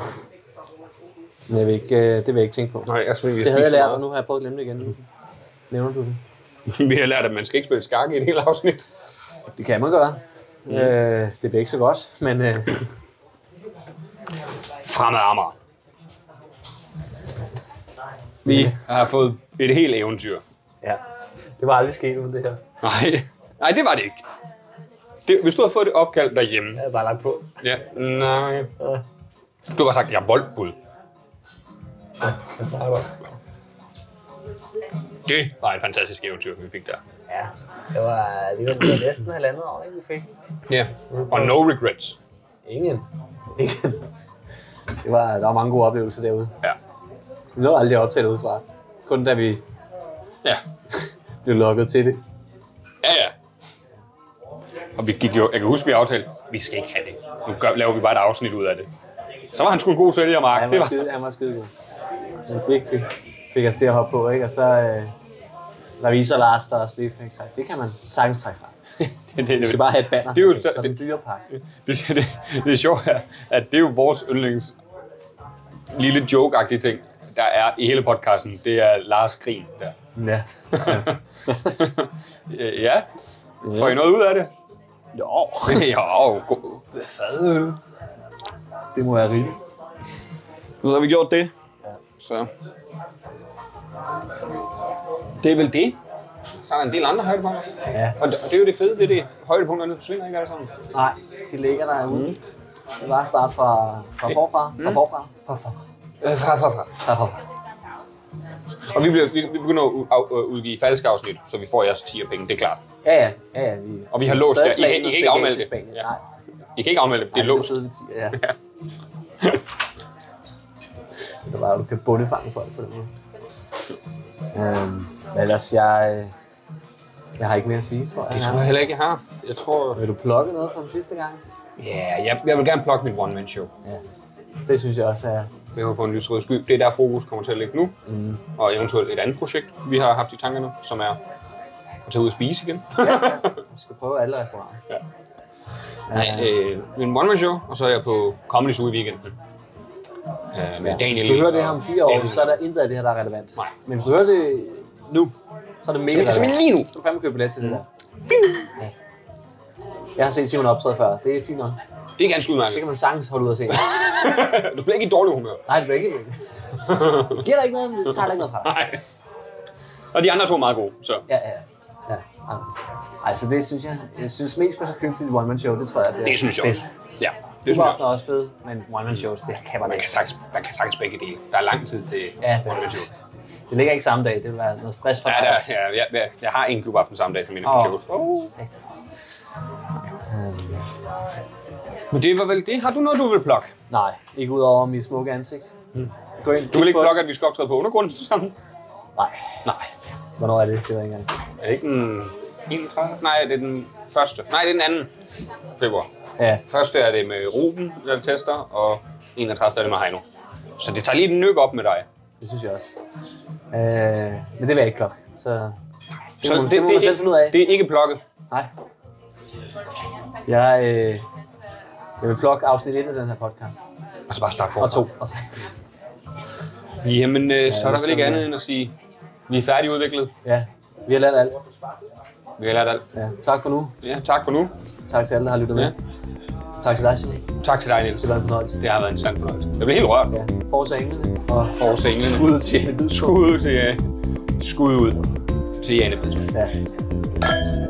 Men jeg vil ikke, øh, det vil jeg ikke tænke på. Nej, jeg synes, vi Det havde jeg spiser lært, meget. Hmm. og nu har jeg prøvet at glemme det igen. Nu nævner du det. Vi har lært, at man skal ikke spille skak i et helt afsnit. Det kan man gøre. Hmm. Mm. Øh, det bliver ikke så godt, men øh, Fremad Amager. Vi har fået et helt eventyr. ja. Det var aldrig sket uden det her. Nej, Nej det var det ikke. Det, hvis du havde fået det opkald derhjemme. Jeg havde bare lagt på. Øh, Ja. Nej. Du har sagt, jeg er voldbud. Jeg snakker bare. Det var et fantastisk eventyr, vi fik der. Ja, det var, det var, det var næsten halvandet år, ikke, vi fik. Ja. Og no regrets. Ingen. Ingen. Det var, der var mange gode oplevelser derude. Ja. Vi nåede aldrig op til det udefra. Kun da vi Ja. blev lukket til det. Ja, ja. Og vi gik jo, jeg kan huske, vi aftalte, vi skal ikke have det. Nu gør, laver vi bare et afsnit ud af det. Så var han sgu en god sælger, Mark. Han det var, var, skide, han var skide god. Men vigtigt fik os til at hoppe på, ikke? Og så øh, revisor Lars, der også lige fik sagt, det kan man sagtens trække fra. det, det, Vi skal bare have et banner. Det er jo- som en det- dyrepakke. det, det, det er sjovt, at- at det er jo vores yndlings lille joke ting, der er i hele podcasten. Det er Lars Grin der. Ja. Øh, ja, får I noget ud af det? Jo. jo, god. Fadøl. Det må være rigeligt. Nu har vi gjort det. Så. Det er vel det. Så er der en del andre højdepunkter. Ja. Og det og det er jo det fede ved det. Højdepunkterne forsvinder ikke alle sammen. Nej, de ligger derude. Mm. Det var at starte fra, fra forfra, fra forfra, fra forfra, Øh, fra, fra, fra. fra forfra. Og vi, bliver, vi, vi begynder at u- af- øh, udgive falske afsnit, så vi får jeres 10 penge, det er klart. Ja, ja, ja, ja. Vi, Og vi har låst jer. I, kan- I, I kan ikke afmelde det. Spanien. Ja. Nej, I kan ikke afmelde det, det er nej, låst. Det er ved 10, ja. det var, at du kan bundefange folk på den måde. Øhm, men ellers, jeg, øh, jeg har ikke mere at sige, tror jeg. Det tror jeg heller ikke, jeg har. Jeg tror... Vil du plukke noget fra den sidste gang? Ja, jeg, jeg vil gerne plukke mit one-man-show. Det synes jeg også er... Vi håber på en lysrød sky. Det er der fokus kommer til at ligge nu. Mm. Og eventuelt et andet projekt, vi har haft i tankerne, som er at tage ud og spise igen. Vi skal prøve alle restauranter. Nej, øh, min one show, og så er jeg på Comedy Zoo i weekenden. Øh, med ja. Daniel. Hvis du hører det her om fire år, Daniel. så er der intet af det her, der er relevant. Nej. Men hvis du hører det nu, så er det mega relevant. Som lige nu. Du kan fandme købe billet Mm. til det der. Ja. Jeg har set Simon optræde før. Det er fint nok. Det er ganske Det udmærket. kan man sagtens holde ud og se. Du bliver ikke i dårlig humør. Nej, det bliver ikke vildt. Det giver dig ikke noget, men det tager dig ikke noget fra dig. Nej. Og de andre to er meget gode, så Ja, ja, ja. ja. Altså det synes jeg, jeg synes mest, man skal købe til dit one-man-show. Det tror jeg bliver det synes jeg bedst. også. Ja, Det det synes jeg er også. også fed, men one-man-shows, det kan man Man ikke. kan, sagtens, man kan sagtens begge dele. Der er lang tid til Ja, det, one show. det ligger ikke samme dag. Det vil være noget stress for Ja, dig. der, ja, jeg, jeg, jeg har en klubaften samme dag som mine Åh. oh. shows. Oh. Satans. Men det var vel det. Har du noget, du vil plukke? Nej, ikke ud over mit smukke ansigt. Gå ind, Mm. Du vil kig ikke på- plukke, at vi skal optræde på undergrunden til sammen? Nej. Nej. Hvornår er det? Det var ikke engang. Er det ikke den 31? Nej, det er den første. Nej, det er den anden februar. Ja, Første er det med Ruben, der tester, og 31 er det med Heino. Så det tager lige den nyk op med dig. det synes jeg også. Øh, men det vil jeg ikke klokke. Så det, Så må, det, det må man selv finde ud af. Det er ikke plukket. Nej. Jeg, øh, jeg vil plukke afsnit 1 af den her podcast. Og så Altså, bare starte forfra. Og to. Og tre. Jamen, øh, så er der det er vel ikke sådan, andet ja. end at sige, vi er færdigudviklet. Ja, vi har lært alt. Vi har lært alt. Ja. Tak for nu. Ja, tak for nu. Tak til alle, der har lyttet med. Ja. Tak til dig, Simon. Det Tak til dig, Niels. har været en fornøjelse. Det har været en sand fornøjelse. Jeg blev helt rørt. Ja. Forse englene. Og Forse englene. skud til helvede. Skud ud til... Skud ud til Jane Pedersen. Ja.